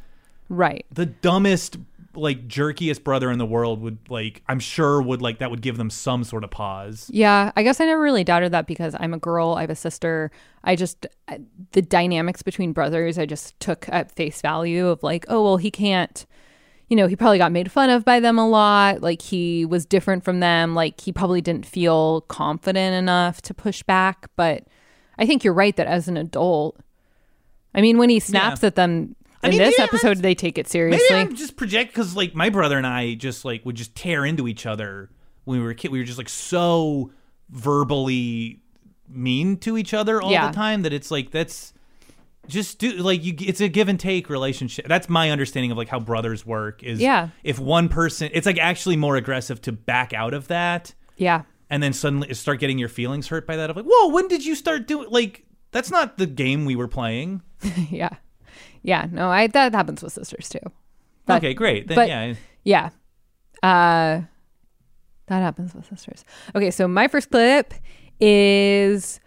Right.
the dumbest like jerkiest brother in the world would like i'm sure would like that would give them some sort of pause
Yeah, I guess I never really doubted that because I'm a girl, I have a sister. I just I- the dynamics between brothers I just took at face value of like, oh, well, he can't you know, he probably got made fun of by them a lot. Like he was different from them. Like he probably didn't feel confident enough to push back, but I think you're right that as an adult, I mean, when he snaps at them in
mean,
this
yeah,
episode, they take it
maybe
seriously.
i'm just project because like my brother and i just like would just tear into each other when we were a kid we were just like so verbally mean to each other all
Yeah.
the time that it's like that's just do like you it's a give and take relationship that's my understanding of like how brothers work is
Yeah.
if one person it's like actually more aggressive to back out of that
yeah.
and then suddenly start getting your feelings hurt by that of like whoa when did you start doing like that's not the game we were playing
Yeah. Yeah. No, I that happens with sisters too. But-
okay great then
but-
yeah
Yeah. Uh that happens with sisters. Okay, so my first clip is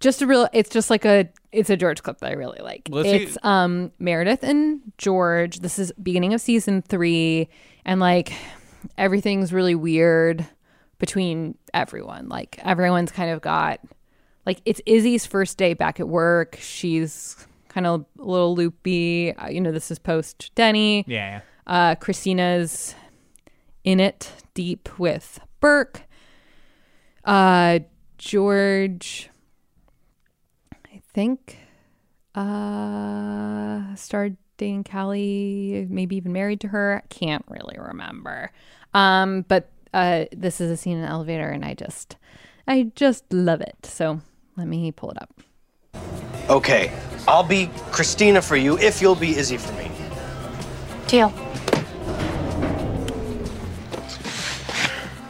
just a real it's just like a it's a George clip that I really like.
Let's see-
it's um Meredith and George. This is beginning of season 3 and like everything's really weird between everyone. Like everyone's kind of got like it's Izzy's first day back at work. She's kind of a little loopy. Uh, You know, this is post Denny
yeah
uh, Christina's in it deep with Burke. Uh, George, I think, uh, started dating Callie, maybe even married to her. Can't really remember. Um, but uh, this is a scene in an elevator, and I just, I just love it. So let me pull it up.
Okay, I'll be Christina for you if you'll be Izzy for me.
Deal.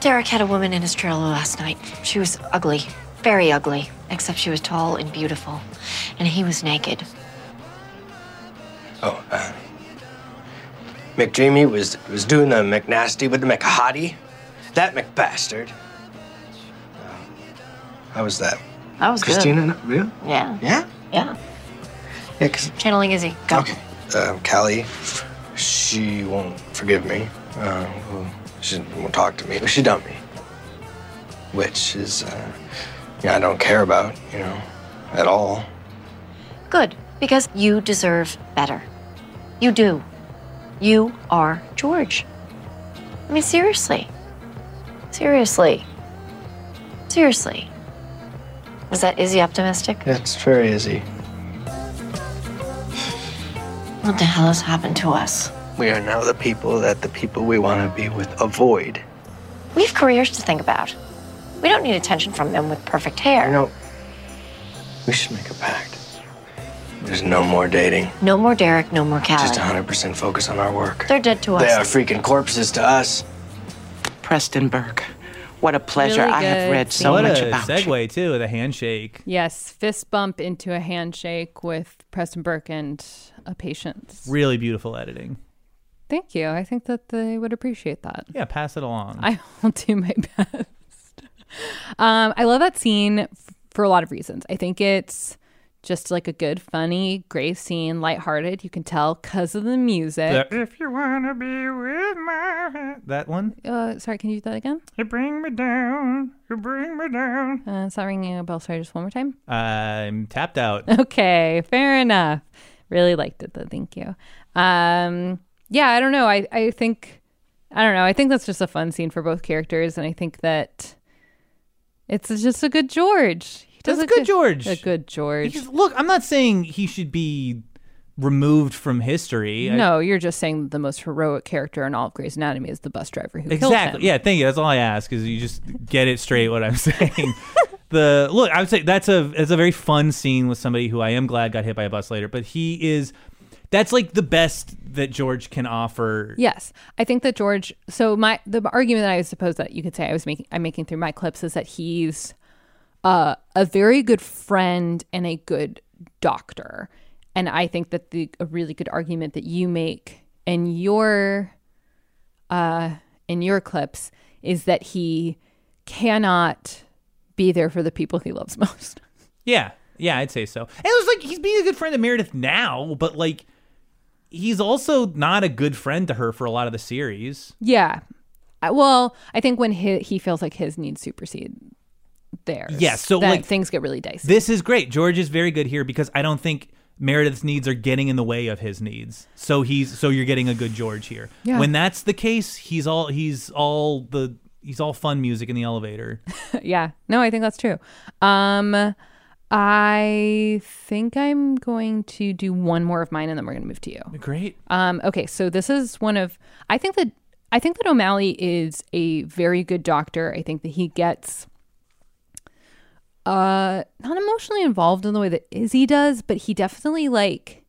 Derek had a woman in his trailer last night. She was ugly, very ugly, except she was tall and beautiful. And he was naked.
Oh, uh, McJamie was was doing the McNasty with the McHottie. That McBastard. Uh, I was that
That was
Christina, and I- really?
good. Yeah.
Yeah?
Yeah.
Yeah, because
Channeling Izzy. Go.
Okay. Um, Callie, she won't forgive me. Uh, well, she won't talk to me. She dumped me, which is, uh, yeah, I don't care about, you know, at all.
Good. Because you deserve better. You do. You are George. I mean, seriously. Seriously. Seriously. Is that Izzy optimistic?
That's very easy.
What the hell has happened to us?
We are now the people that the people we want to be with avoid.
We have careers to think about. We don't need attention from them with perfect hair.
You know, we should make a pact. There's no more dating.
No more Derek, no more Callie.
Just 100% focus on our work.
They're dead to us.
They are freaking corpses to us.
Preston Burke. What a pleasure.
Really
I have
good
read so
what
much
a
about you.
segue too with a handshake.
Yes, fist bump into a handshake with Preston Burke and a patient.
Really beautiful editing.
Thank you. I think that they would appreciate that.
Yeah, pass it along.
I will do my best. Um, I love that scene f- for a lot of reasons. I think it's just like a good, funny, grave scene, lighthearted. You can tell because of the music.
That- if you wanna be with my that one,
Uh, sorry, can you do that again?
you bring me down, you bring me down.
Uh, it's not ringing a bell. Sorry, just one more time.
I'm tapped out.
Okay, fair enough. Really liked it though. Thank you. Um, yeah, I don't know. I, I think, I don't know. I think that's just a fun scene for both characters. And I think that it's just a good George. He does
That's
a
good George.
A good George.
Because, look, I'm not saying he should be removed from history. I-
no, you're just saying the most heroic character in all of Grey's Anatomy is the bus driver who killed him.
Exactly. Yeah, thank you. That's all I ask is you just get it straight what I'm saying. the look, I would say that's a that's a very fun scene with somebody who I am glad got hit by a bus later, but he is that's like the best that George can offer.
Yes, I think that George. So my the argument that I suppose that you could say I was making I'm making through my clips is that he's uh, a very good friend and a good doctor, and I think that the a really good argument that you make in your uh, in your clips is that he cannot be there for the people he loves most.
Yeah. Yeah, I'd say so. And it was like he's being a good friend to Meredith now, but like he's also not a good friend to her for a lot of the series.
yeah. I- Uh, Well, I think when he, he feels like his needs supersede theirs,
Yeah, so,
then
like,
things get really dicey.
This is great. George is very good here because I don't think Meredith's needs are getting in the way of his needs. So he's so you're getting a good George here.
Yeah.
When that's the case, he's all he's all the he's all fun music in the elevator.
yeah no i think that's true um i think i'm going to do one more of mine and then we're going to move to you
Great.
um okay so this is one of i think that i think that o'malley is a very good doctor i think that he gets uh not emotionally involved in the way that izzy does but he definitely like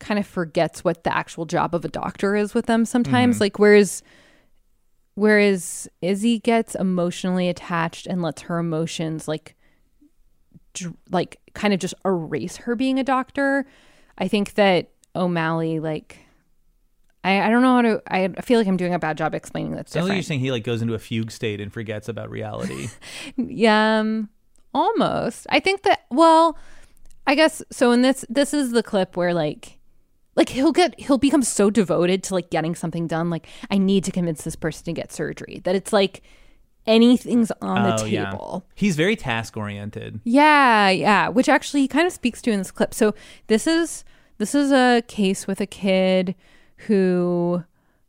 kind of forgets what the actual job of a doctor is with them sometimes like whereas whereas Izzy gets emotionally attached and lets her emotions like dr- like kind of just erase her being a doctor. I think that O'Malley like I, I don't know how to I I feel like I'm doing a bad job explaining that's
Sounds like you're
different.
saying he like goes into a fugue state and forgets about reality.
Yeah, um, almost. I think that well, I guess so in this this is the clip where like like he'll get he'll become so devoted to like getting something done like I need to convince this person to get surgery that it's like anything's on the
Oh, yeah.
table.
He's very task oriented.
Yeah, yeah, which actually he kind of speaks to in this clip. So this is this is a case with a kid who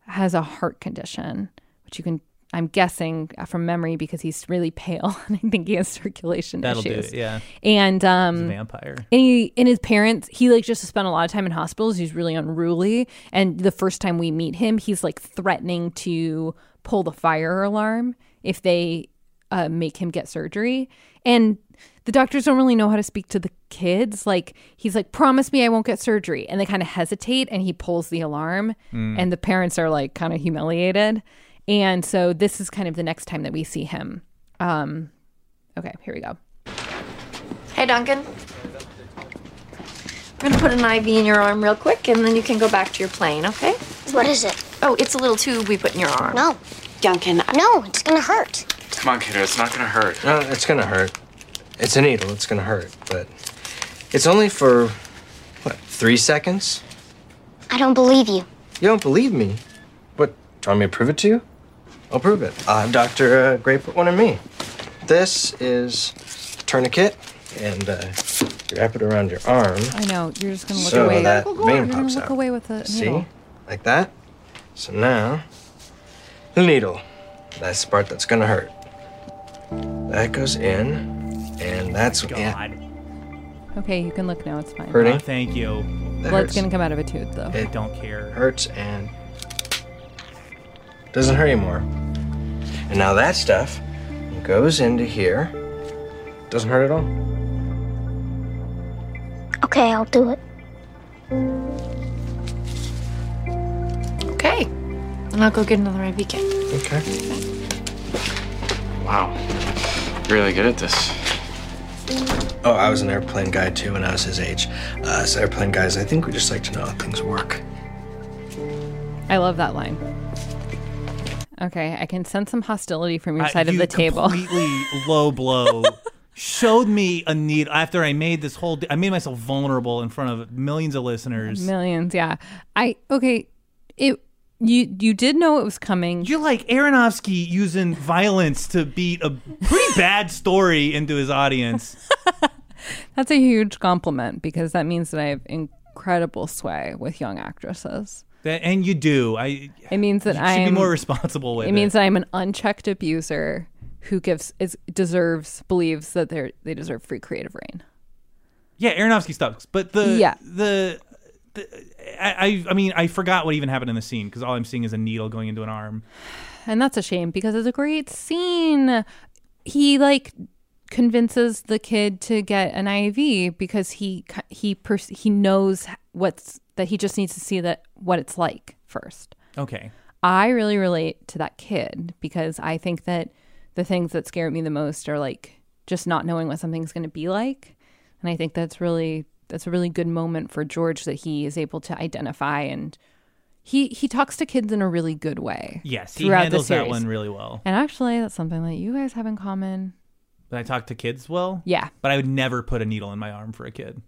has a heart condition, which you can I'm guessing from memory because he's really pale and I think he has circulation
That'll
issues.
do it. Yeah.
And um
Vampire.
and he and his parents he like just spent a lot of time in hospitals he's really unruly and the first time we meet him he's like threatening to pull the fire alarm if they uh, make him get surgery and the doctors don't really know how to speak to the kids like he's like promise me i won't get surgery and they kind of hesitate and he pulls the alarm and the parents are like kind of humiliated and so this is kind of the next time that we see him um okay here we go
Hey, Duncan. I'm gonna put an IV in your arm real quick, and then you can go back to your plane, okay?
What is it?
Oh, it's a little tube we put in your arm.
No,
Duncan,
no, it's gonna hurt.
Come on, kiddo. It's not gonna hurt.
No, it's gonna hurt. It's a needle, it's gonna hurt, but it's only for, what, three seconds?
I don't believe you.
You don't believe me? What, do you want me to prove it to you? I'll prove it. I have Dr. Uh, Gray put one in me. This is the tourniquet, and uh, you wrap it around your arm.
I know. You're just gonna look
So
away.
that
You're
vein
gonna
pops
look
out.
away with a
See?
needle.
Like that. So now, the needle. That's the part that's gonna hurt. That goes in, and that's God.
Okay, you can look now. It's fine.
hurting.
Thank you.
That
Blood's
hurts.
gonna come out of a tooth though.
It
Don't care.
hurts and doesn't hurt anymore. And now that stuff goes into here. Doesn't hurt at all.
Okay, I'll do it.
Okay. And I'll go get another IV kit.
Okay.
Wow. You're really good at this.
Oh, I was an airplane guy too when I was his age. Uh, so airplane guys, I think we just like to know how things work.
I love that line. Okay, I can sense some hostility from your
I-
side of
you
the table.
Completely low blow. Showed me a need after I made this whole. I made myself vulnerable in front of millions of listeners.
Millions, yeah. I okay. It you you did know it was coming.
You're like Aronofsky using violence to beat a pretty bad story into his audience.
That's a huge compliment because that means that I have incredible sway with young actresses.
That, and you do. I
It means that
you should
I
be more responsible with
It
it.
means that I'm an unchecked abuser who gives is deserves believes that they they deserve free creative reign.
yeah, Aronofsky sucks, but the
Yeah.
the. the I, I I mean I forgot what even happened in the scene because all I'm seeing is a needle going into an arm.
And that's a shame because it's a great scene. He like convinces the kid to get an IV because he he pers- he knows what's that he just needs to see that what it's like first.
Okay,
I really relate to that kid because I think that the things that scare me the most are like just not knowing what something's going to be like. And I think that's really that's a really good moment for George that he is able to identify and he he talks to kids in a really good way.
yes, he
throughout the
handles that
series.
one really well.
And actually, that's something that you guys have in common.
But I talk to kids well.
Yeah.
But I would never put a needle in my arm for a kid.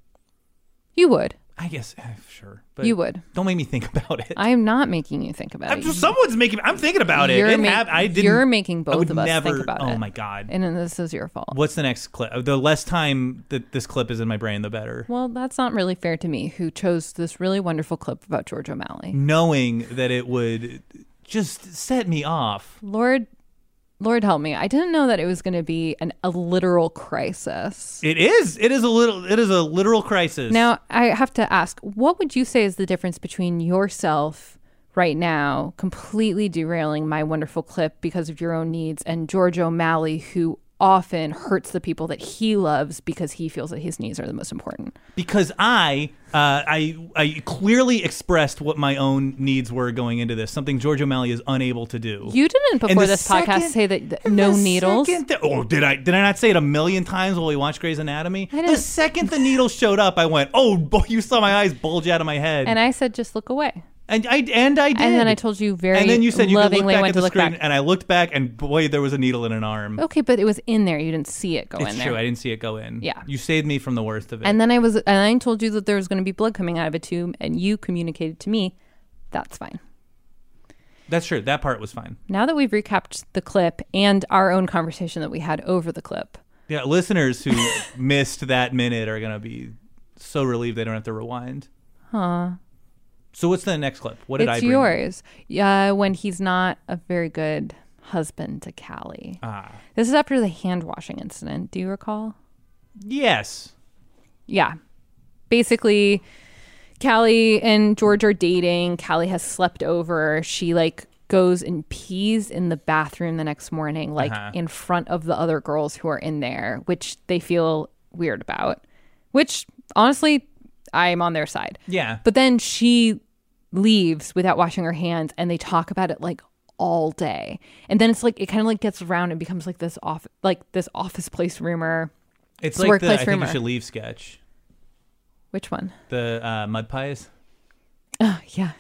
You would.
I guess eh, sure. But
You would.
Don't make me think about it.
I am not making you think about
I'm
it.
just- someone's making. I'm thinking about it.
You're
It
ma-
hap- I didn't.
you're making
I would
both of us
never,
think about
oh
it.
my god.
And then this is your fault.
What's the next clip? The less time that this clip is in my brain, the better.
Well, that's not really fair to me, who chose this really wonderful clip about George O'Malley.
Knowing that it would just set me off.
Lord, Lord help me. I didn't know that it was going to be an, a literal crisis.
It is. It is a little. It is a literal crisis.
Now, I have to ask, what would you say is the difference between yourself right now, completely derailing my wonderful clip because of your own needs, and George O'Malley, who often hurts the people that he loves because he feels that his needs are the most important?
because I, uh, I, I clearly expressed what my own needs were going into this. Something George O'Malley is unable to do.
You didn't
And
before
the
this podcast
second-
say that, that no
the
needles.
second that- oh, did I? Did I not say it a million times while we watched Grey's Anatomy? The second the needle showed up, I went, "Oh, boy, you saw my eyes bulge out of my head."
and I said, just look away.
and I and I did.
And then I told you very
And then you said you could look
lovingly
back
when
at
to
the
look
screen,
back.
and I looked back, and boy, there was a needle in an arm.
Okay, but it was in there. You didn't see it go
it's
in
true.
there.
I didn't see it go in.
Yeah.
you saved me from the worst of it.
And then I was, and I told you that there was going to be blood coming out of a tube, and you communicated to me, that's fine.
That's true. That part was fine.
Now that we've recapped the clip and our own conversation that we had over the clip,
Yeah, listeners who missed that minute are gonna be so relieved they don't have to rewind.
huh?
So what's the next clip? What did
it's
I bring?
yours. Yeah, when he's not a very good husband to Callie.
Ah.
This is after the hand washing incident. Do you recall?
Yes.
yeah. Basically, Callie and George are dating. Callie has slept over. She like goes and pees in the bathroom the next morning, like
Uh-huh.
in front of the other girls who are in there, which they feel weird about. Which honestly, I'm on their side.
Yeah.
But then she leaves without washing her hands and they talk about it like all day. And then it's like it kind of like gets around and becomes like this off like this office place rumor.
It's
This
like the I
workplace
think
rumor.
you should leave sketch.
Which one?
The uh, mud pies.
Oh, yeah.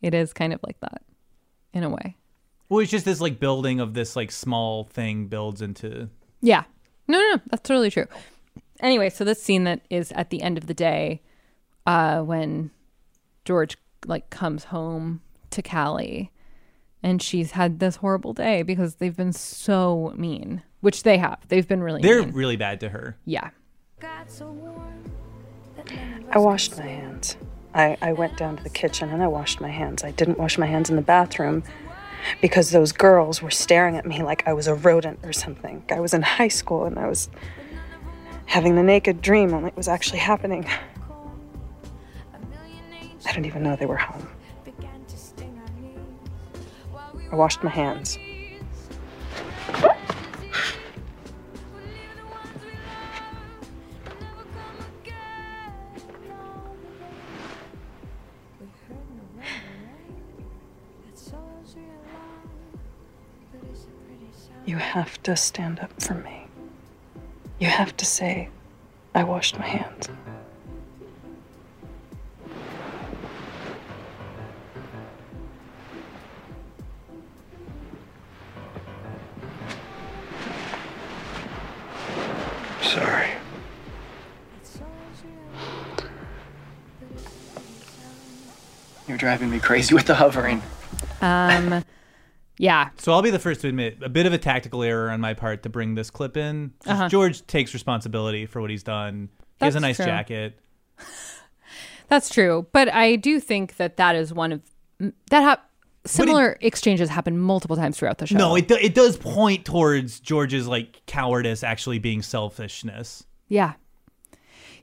It is kind of like that in a way.
Well, it's just this like building of this like small thing builds into
Yeah. No, no, no, that's totally true. Anyway, so this scene that is at the end of the day, uh, when George like comes home to Callie, and she's had this horrible day because they've been so mean, which they have. They've been really
They're
mean.
really bad to her.
yeah.
I washed my hands. I, I went down to the kitchen and I washed my hands. I didn't wash my hands in the bathroom because those girls were staring at me like I was a rodent or something. I was in high school and I was having the naked dream, only it was actually happening. I didn't even know they were home. I washed my hands. You have to stand up for me. You have to say, I washed my hands.
Sorry.
You're driving me crazy with the hovering.
Um, yeah.
So I'll be the first to admit a bit of a tactical error on my part to bring this clip in.
Uh-huh.
George takes responsibility for what he's done. He has a
That's
nice
true.
jacket.
That's true, but I do think that that is one of that hap- similar exchanges happen multiple times throughout the show.
No, it do- it does point towards George's like cowardice actually being selfishness.
Yeah.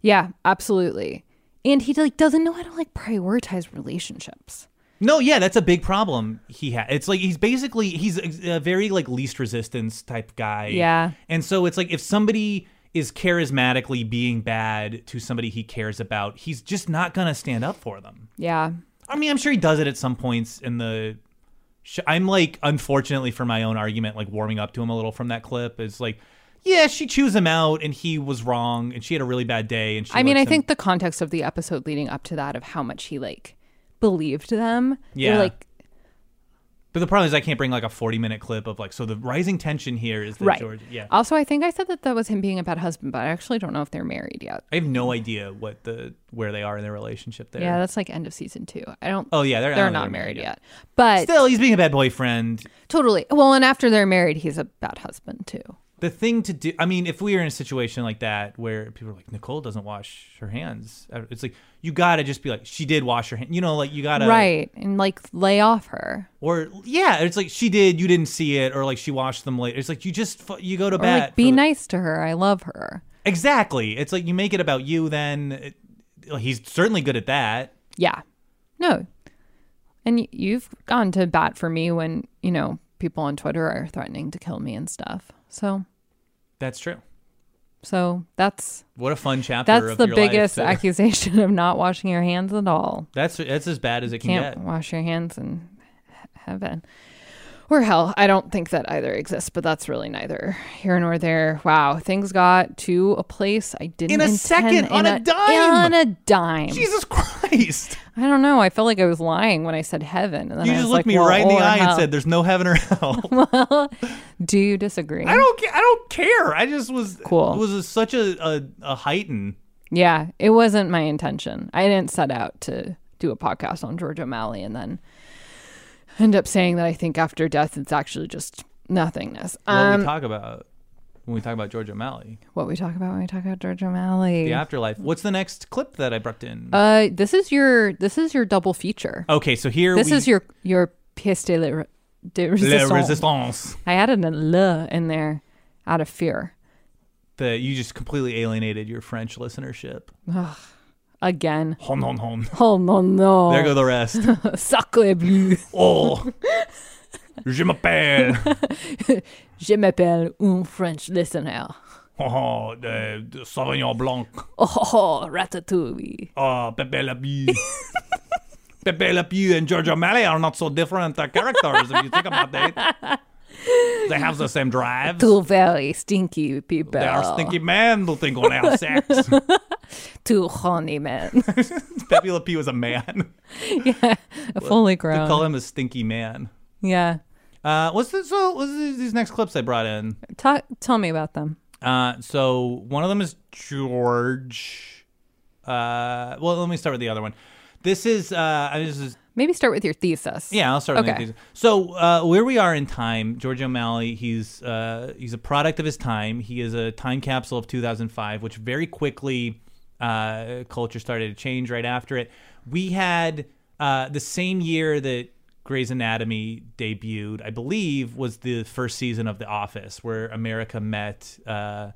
Yeah, absolutely. And he like doesn't know how to like prioritize relationships.
No, yeah, that's a big problem he had. It's like he's basically he's a, a very like least resistance type guy.
Yeah.
And so it's like if somebody is charismatically being bad to somebody he cares about, he's just not going to stand up for them.
Yeah.
I mean, I'm sure he does it at some points in the. Sh- I'm like, unfortunately for my own argument, like warming up to him a little from that clip. It's like, yeah, she chews him out, and he was wrong, and she had a really bad day, and she.
I mean, I
lets him-
think the context of the episode leading up to that of how much he like believed them. you're
Yeah.
like
But the problem is, I can't bring like a 40 minute clip of like. So the rising tension here is that
right.
George. Yeah.
Also, I think I said that that was him being a bad husband, but I actually don't know if they're married yet.
I have no idea what the where they are in their relationship there.
Yeah, that's like end of season two. I don't.
Oh, yeah, they're- I
they're,
don't know
not
they're
married
married
yet. But
still, he's being a bad boyfriend.
totally well. And after they're married, he's a bad husband too.
The thing to do, I mean, if we were in a situation like that where people are like, Nicole doesn't wash her hands, uh, it's like, you gotta just be like, she did wash her hand. You know, like, you gotta.
right, and like lay off her.
Or, yeah, it's like, she did, you didn't see it, or like, she washed them later. It's like, you just, fu- you go to
Or
bat.
like be nice to her. I love her.
exactly. It's like, you make it about you then. It- he's certainly good at that.
Yeah. No. And y- you've gone to bat for me when, you know, people on Twitter are threatening to kill me and stuff. So,
That's true.
so that's
What a fun chapter.
that's
of
the
your life
biggest
to-
accusation of not washing your hands at all.
That's, that's as bad as it can
Can't
get.
wash your hands in he- heaven or hell. I don't think that either exists, but that's really neither here nor there. Wow, things got to a place I didn't
In a
intend-
second, on
in
a dime!
on a dime.
Jesus Christ!
I don't know. I felt like I was lying when I said heaven, and then
You
I
just
was
looked
like,
me
well,
right in the
or
eye
hell.
and said, there's no heaven or hell.
well, do you disagree?
I don't. ca- I don't care. I just was
Cool.
It was a, such a a, a heighten.
Yeah, it wasn't my intention. I didn't set out to do a podcast on George O'Malley and then end up saying that I think after death it's actually just nothingness.
What
um,
we talk about when we talk about George O'Malley,
what we talk about when we talk about George O'Malley.
the afterlife. What's the next clip that I brought in?
Uh, this is your this is your double feature.
okay, so here
this
we,
is your your pièce de, la, de
Le
résistance.
Resistance.
I added a le in there out of fear.
The you just completely alienated your French listenership.
Ugh, again.
Hon, hon, hon.
Oh no no.
There go the rest.
Sacre bleu.
Oh, je m'appelle.
Je m'appelle un French listener.
Oh, the, the Sauvignon Blanc.
Oh, ho, ho, ratatouille.
Oh, Pepe Le Pew. Pepe Le Pew and George O'Malley are not so different uh, characters if you think about it. They have the same drive.
Two very stinky people.
They are stinky men who think on our sex.
Two horny men.
Pepe Le Pew is a man.
yeah, a fully grown.
They call him a stinky man.
yeah.
Uh, what's this? So, what's these these next clips I brought in?
Ta- tell me about them.
Uh, so one of them is George. Uh, well, let me start with the other one. This is uh, I mean, this is
Maybe start with your thesis.
yeah. I'll start with
okay.
the thesis. So uh, where we are in time, George O'Malley. He's uh, he's a product of his time. He is a time capsule of 2005, which very quickly uh, culture started to change right after it. We had uh, the same year that Grey's Anatomy debuted, I believe, was the first season of The Office, where America met uh,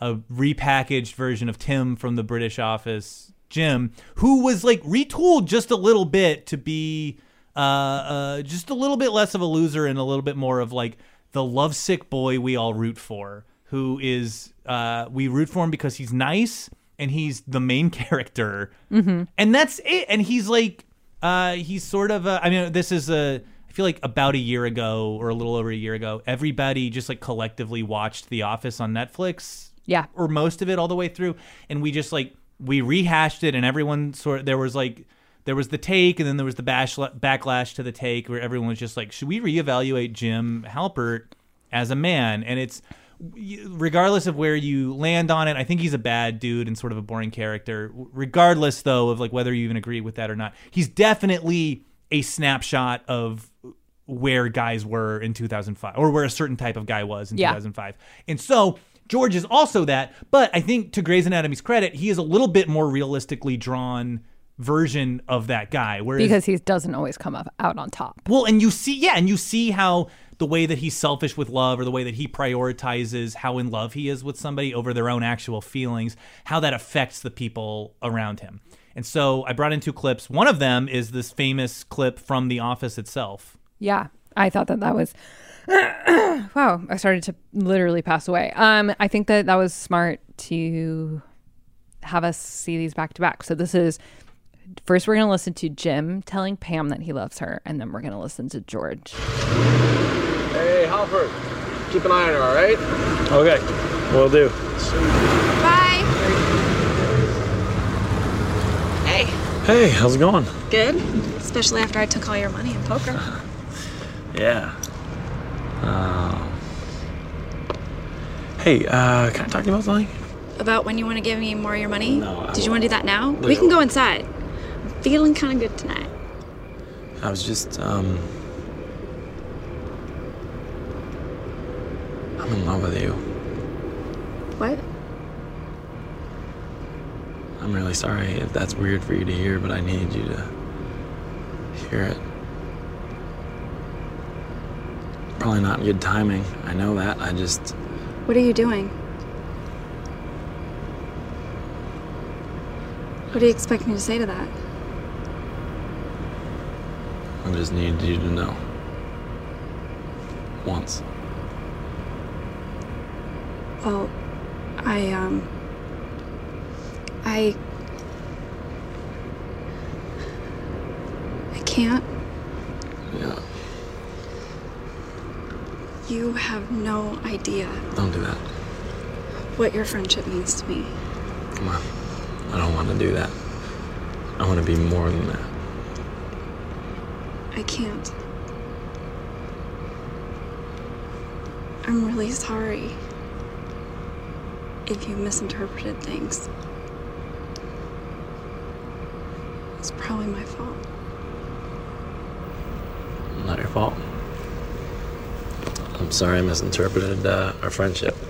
a repackaged version of Tim from the British Office, Jim, who was like retooled just a little bit to be uh, uh, just a little bit less of a loser and a little bit more of like the lovesick boy we all root for, who is uh, we root for him because he's nice and he's the main character
Mm-hmm.
and that's it and he's like uh he's sort of a, i mean this is a i feel like about a year ago or a little over a year ago everybody just like collectively watched the office on netflix
Yeah.
or most of it all the way through and we just like we rehashed it and everyone sort there was like there was the take and then there was the bash, backlash to the take where everyone was just like should we reevaluate jim halpert as a man and it's regardless of where you land on it i think he's a bad dude and sort of a boring character regardless though of like whether you even agree with that or not he's definitely a snapshot of where guys were in 2005 or where a certain type of guy was in
Yeah.
2005 and so george is also that but i think to gray's anatomy's credit he is a little bit more realistically drawn version of that guy whereas
Because he doesn't always come up out on top.
well, and you see, yeah, and you see how the way that he's selfish with love or the way that he prioritizes how in love he is with somebody over their own actual feelings, how that affects the people around him. And so I brought in two clips. One of them is this famous clip from The Office itself.
Yeah, I thought that that was wow. I started to literally pass away. Um, I think that that was smart to have us see these back to back. So this is first we're gonna listen to Jim telling Pam that he loves her, and then we're gonna listen to George.
Hey, Halford, keep an eye on her, all right? Okay, will do.
Bye. Hey,
Hey, how's it going?
good. Especially after I took all your money in poker.
Yeah. Um, hey, uh, can I talk to you about something?
About when you want to give me more of your money?
No, I
Did you want to do that now?
No.
We can go inside. I'm feeling kind of good tonight.
I was just, um. I'm in love with you.
What?
I'm really sorry if that's weird for you to hear, but I needed you to hear it. Probably not good timing. I know that. I just.
What are you doing? What do you expect me to say to that?
I just needed you to know. Once.
Well, I, um. I. I can't.
Yeah.
You have no idea
Don't do that.
what your friendship means to me.
Come on. I don't want to do that. I want to be more than that.
I can't. I'm really sorry if you misinterpreted things. It's probably my fault.
Not your fault. I'm sorry I misinterpreted uh, our friendship.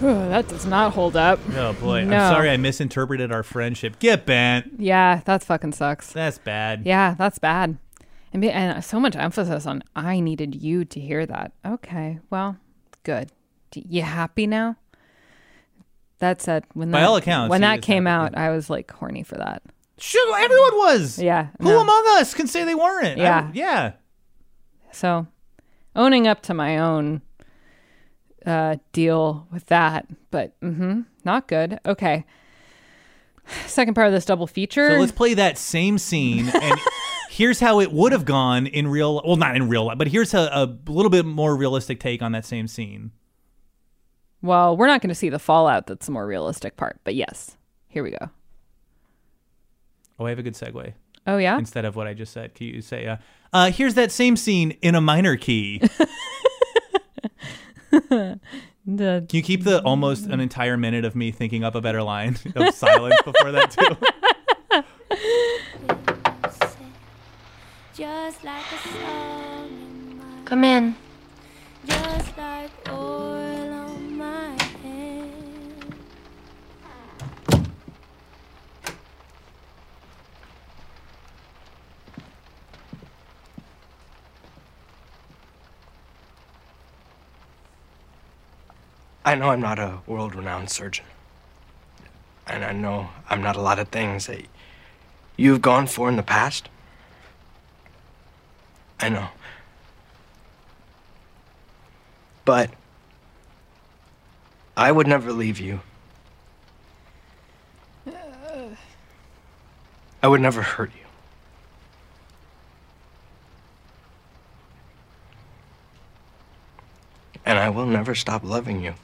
that does not hold up.
Oh boy,
No.
I'm sorry I misinterpreted our friendship. Get bent.
Yeah, that fucking sucks.
That's bad.
Yeah, that's bad. And, be- and so much emphasis on I needed you to hear that. Okay, well, good. D- you happy now? That said, when
By
that,
all accounts,
when
he
that
is
came out, I was like horny for that.
Sure, everyone was.
Yeah.
Who
no.
among us can say they weren't? I-
Yeah.
yeah.
So, owning up to my own uh, deal with that, but mm-hmm, not good. Okay. Second part of this double feature.
So let's play that same scene and here's how it would have gone in real well not in real life, but here's a, a little bit more realistic take on that same scene.
well, we're not going to see the fallout. That's the more realistic part. But yes, here we go.
Oh, I have a good segue.
Oh, yeah?
Instead of what I just said, can you say uh, uh here's that same scene in a minor key.
The-
Can you keep the almost an entire minute of me thinking up a better line of silence before that too?
Just like a song,
Come in.
just like oil on my head.
I know I'm not a world renowned surgeon. And I know I'm not a lot of things that you've gone for in the past. I know. But I would never leave you. I would never hurt you. And I will never stop loving you.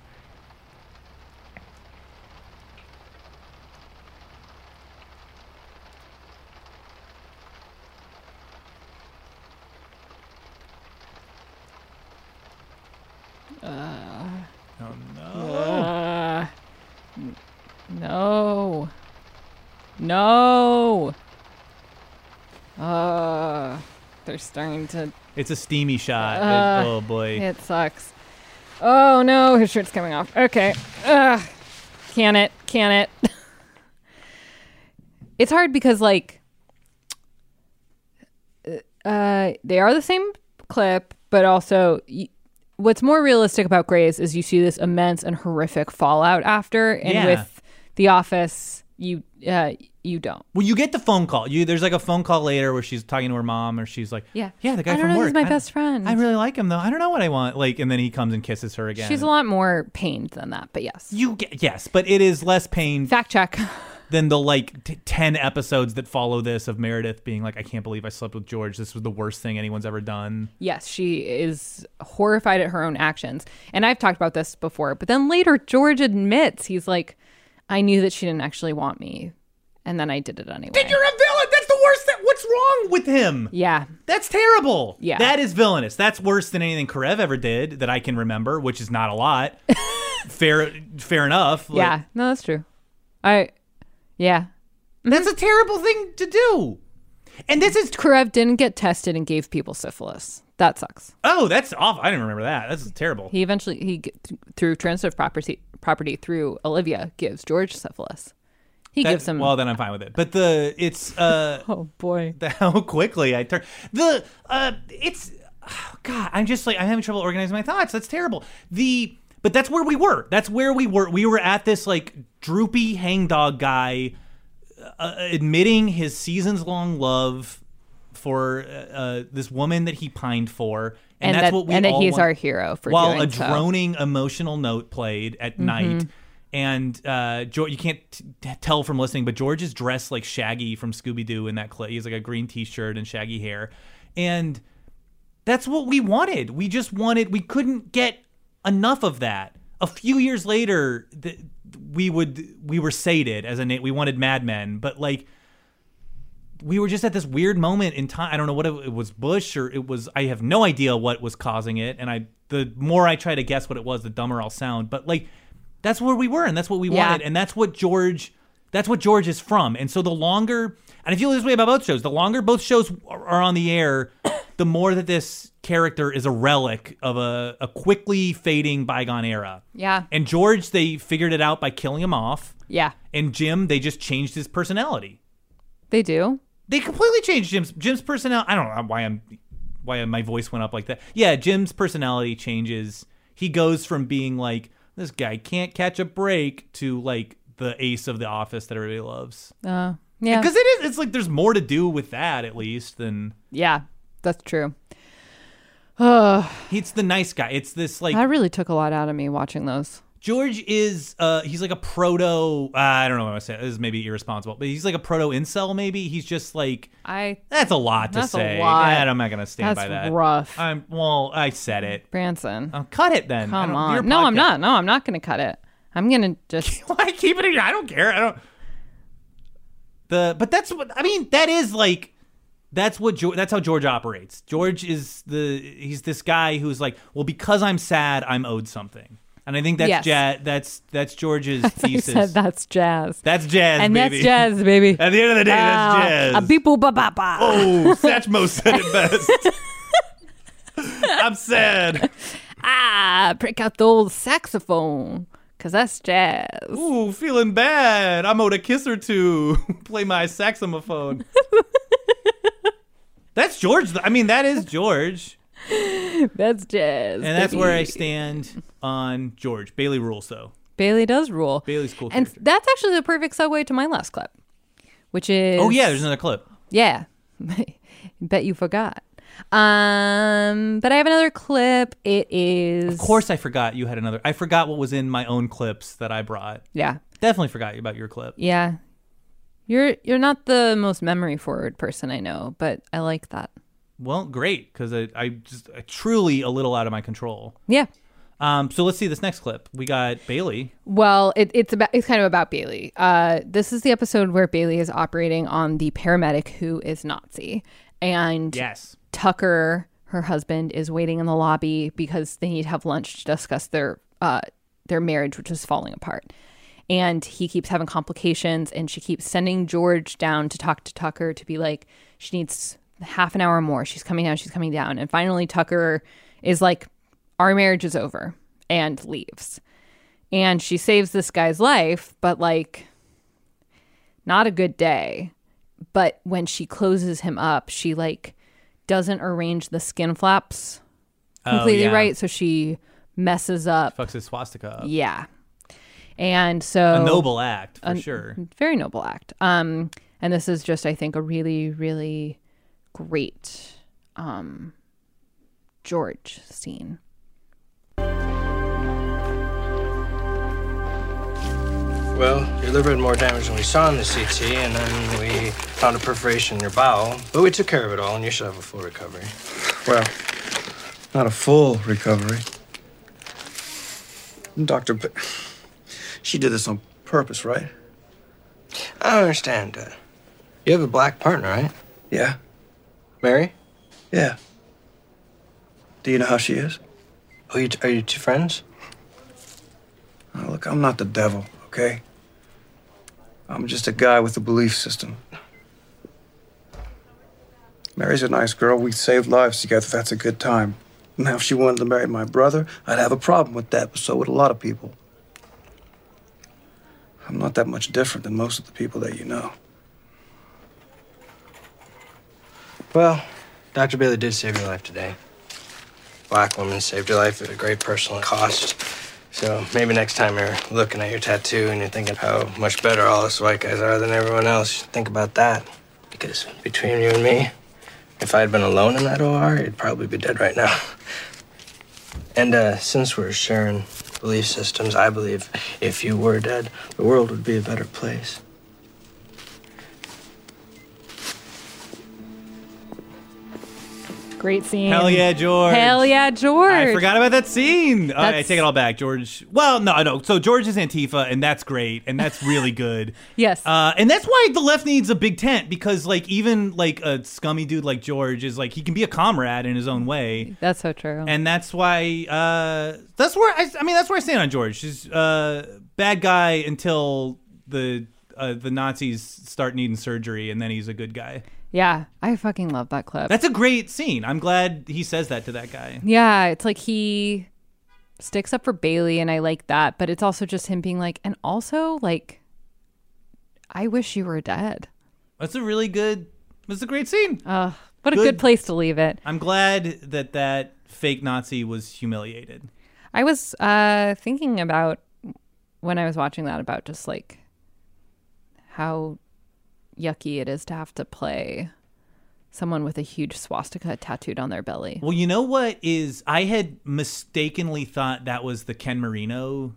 Oh no.
Uh, n- no. No. Uh, they're starting to.
It's a steamy shot. It-
Uh,
oh boy.
It sucks. Oh no, his shirt's coming off. Okay. Ugh. Can it? Can it? it's hard because like uh they are the same clip, but also y- what's more realistic about Grace is you see this immense and horrific fallout after and
Yeah.
with The Office, you uh you don't.
Well, you get the phone call. You there's like a phone call later where she's talking to her mom, or she's like,
Yeah.
yeah, the guy
I don't
from
know,
work.
he's my
I-
best friend.
I really like him though. I don't know what I want. Like, and then he comes and kisses her again.
She's a lot more pained than that, but yes.
You get yes, but it is less pain.
Fact check.
Than the like t- ten episodes that follow this of Meredith being like, I can't believe I slept with George. This was the worst thing anyone's ever done.
Yes, she is horrified at her own actions. And I've talked about this before, but then later George admits he's like, I knew that she didn't actually want me. And then I did it anyway.
You're a villain. That's the worst. That what's wrong with him?
Yeah.
That's terrible.
Yeah.
That is villainous. That's worse than anything Karev ever did that I can remember, which is not a lot. fair, fair enough. Like,
yeah. No, that's true. I, yeah.
That's a terrible thing to do. And this is.
Karev didn't get tested and gave people syphilis. That sucks.
Oh, that's awful. I didn't remember that. That's terrible.
He eventually, he g- th- through transitive property, property through Olivia, gives George syphilis. He
That-
gives him.
Well, then I'm fine with it. But the it's uh
oh boy,
how quickly I turn the uh it's oh, God. I'm just like I'm having trouble organizing my thoughts. That's terrible. The but that's where we were. That's where we were. We were at this like droopy hangdog guy uh, admitting his seasons long love for uh, uh, this woman that he pined for.
And
And, that's
that-
what we
and that
all
he's
want-
our hero for
while
doing
a
so.
droning emotional note played at night
Mhm.
and uh, George, you can't t- t- tell from listening, but George is dressed like Shaggy from Scooby Doo in that clip. He has like a green T-shirt and shaggy hair, and that's what we wanted. We just wanted. We couldn't get enough of that. A few years later, th- we would we were sated as a na- we wanted Mad Men, but like we were just at this weird moment in time. I don't know what it, it was, Bush or it was. I have no idea what was causing it. And I, the more I try to guess what it was, the dumber I'll sound. But like, that's where we were, and that's what we
Yeah.
wanted, and that's what George, that's what George is from. And so the longer, and I feel this way about both shows. The longer both shows are are on the air, the more that this character is a relic of a, a quickly fading bygone era.
Yeah.
And George, they figured it out by killing him off.
Yeah.
And Jim, they just changed his personality.
They do.
They completely changed Jim's Jim's personality. I don't know why I'm why my voice went up like that. Yeah, Jim's personality changes. He goes from being like this guy can't catch a break to like the ace of the office that everybody loves.
Uh, yeah.
Because it is it's like there's more to do with that at least than
Yeah. That's true. Ugh.
he's the nice guy. It's this like
that really took a lot out of me watching those.
George is uh he's like a proto uh, I don't know what I'm saying. This is maybe irresponsible, but he's like a proto incel maybe. He's just like
I
that's a lot to
That's a
say.
lot.
And I'm not gonna stand
That's
by that.
rough.
I'm well, I said it.
Branson.
Oh, cut it then. I
Come
don't- your
on. No, I'm
podcast-
not. No, I'm not going to cut it. I'm going to just.
Why keep it in? I don't care. I don't. The but that's what I mean. That is like That's what George, that's how George operates. George is the he's this guy who's like, well, because I'm sad, I'm owed something. And I think
Yes.
that's ja- that's that's George's
He
thesis.
said that's jazz.
That's jazz,
and
baby.
that's jazz, baby.
At the end of the day, that's
Ah,
jazz.
A beep boop ba ba ba.
Oh, Satchmo said it best. I'm sad.
ah, break out the old saxophone, cause that's jazz.
Ooh, feeling bad. I'm owed a kiss or two. Play my saxophone. that's George. I mean, that is George.
That's jazz.
And that's where I
baby.
stand on George. Bailey rules, though.
Bailey does rule.
Bailey's cool.
And
character.
that's actually the perfect segue to my last clip, which is
oh, yeah, there's another clip.
Yeah. Bet you forgot. Um, but I have another clip. It is
Of course, I forgot you had another. I forgot what was in my own clips that I brought.
Yeah.
Definitely forgot about your clip.
Yeah. You're you're not the most memory forward person I know, but I like that.
Well, great, because I, I just I truly a little out of my control.
Yeah.
Um, so let's see this next clip. We got Bailey.
Well, it, it's about it's kind of about Bailey. Uh, this is the episode where Bailey is operating on the paramedic who is Nazi, and
Yes.
Tucker, her husband, is waiting in the lobby because they need to have lunch to discuss their uh, their marriage, which is falling apart. And he keeps having complications, and she keeps sending George down to talk to Tucker to be like, she needs half an hour more. She's coming down. She's coming down. And finally, Tucker is like, our marriage is over, and leaves and she saves this guy's life, but like, not a good day. But when she closes him up, she like doesn't arrange the skin flaps
Oh,
completely
yeah.
right. So she messes up.
Fucks his swastika up.
Yeah. And so
A noble act, for
An-
sure.
Very noble act. Um, and this is just, I think, a really, really great um George scene.
Well, your liver had more damage than we saw in the CT, and then we found a perforation in your bowel. But we took care of it all, and you should have a full recovery.
Well,
not a full recovery.
Doctor, but she did this on purpose, right?
I don't understand. Uh, you have a black partner, right?
Yeah.
Mary?
Yeah. Do you know how she is?
Are you, are you two friends?
Oh, look, I'm not the devil, okay? I'm just a guy with a belief system. Mary's a nice girl. We saved lives together. That's a good time. Now, if she wanted to marry my brother, I'd have a problem with that, but so would a lot of people. I'm not that much different than most of the people that you know.
Well, Dr. Bailey did save your life today. Black woman saved your life at a great personal cost. So maybe next time you're looking at your tattoo and you're thinking how much better all us white guys are than everyone else, think about that. Because between you and me, if I had been alone in that OR, you'd probably be dead right now. And uh, since we're sharing belief systems, I believe if you were dead, the world would be a better place.
Great scene.
Hell yeah, George.
Hell yeah, George.
I forgot about that scene. All right, I
That's-
take it all back. George. Well, no, no. So George is Antifa, and that's great, and that's really good.
Yes.
Uh, and that's why the left needs a big tent because, like, even like a scummy dude like George is like he can be a comrade in his own way.
That's so true.
And that's why. Uh, that's where I. I mean, that's where I stand on George. He's uh, bad guy until the uh, the Nazis start needing surgery, and then he's a good guy.
Yeah, I fucking love that clip.
That's a great scene. I'm glad he says that to that guy.
yeah, it's like he sticks up for Bailey, and I like that. But it's also just him being like, and also like, I wish you were dead.
That's a really good. That's a great scene.
Uh, what a
Good.
good place to leave it.
I'm glad that that fake Nazi was humiliated.
I was uh, thinking about when I was watching that about just like how yucky it is to have to play someone with a huge swastika tattooed on their belly.
Well, you know what is? I had mistakenly thought that was the Ken Marino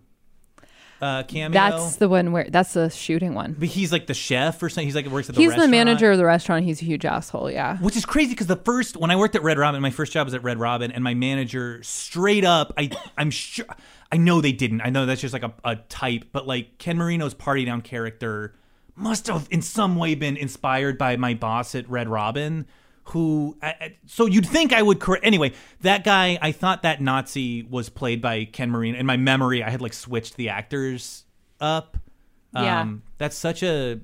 uh, cameo.
That's the one where that's the shooting one.
But he's like the chef or something. He's like works at the
He's
restaurant.
the manager of the restaurant. He's a huge asshole. Yeah.
Which is crazy because the first when I worked at Red Robin, my first job was at Red Robin, and my manager straight up, I I'm sure I know they didn't. I know that's just like a, a type, but like Ken Marino's party down character must have in some way been inspired by my boss at Red Robin, who. I, I- so you'd think I would correct. Anyway, that guy, I thought that Nazi was played by Ken Marino. In my memory, I had like switched the actors up. Um,
Yeah.
That's such a.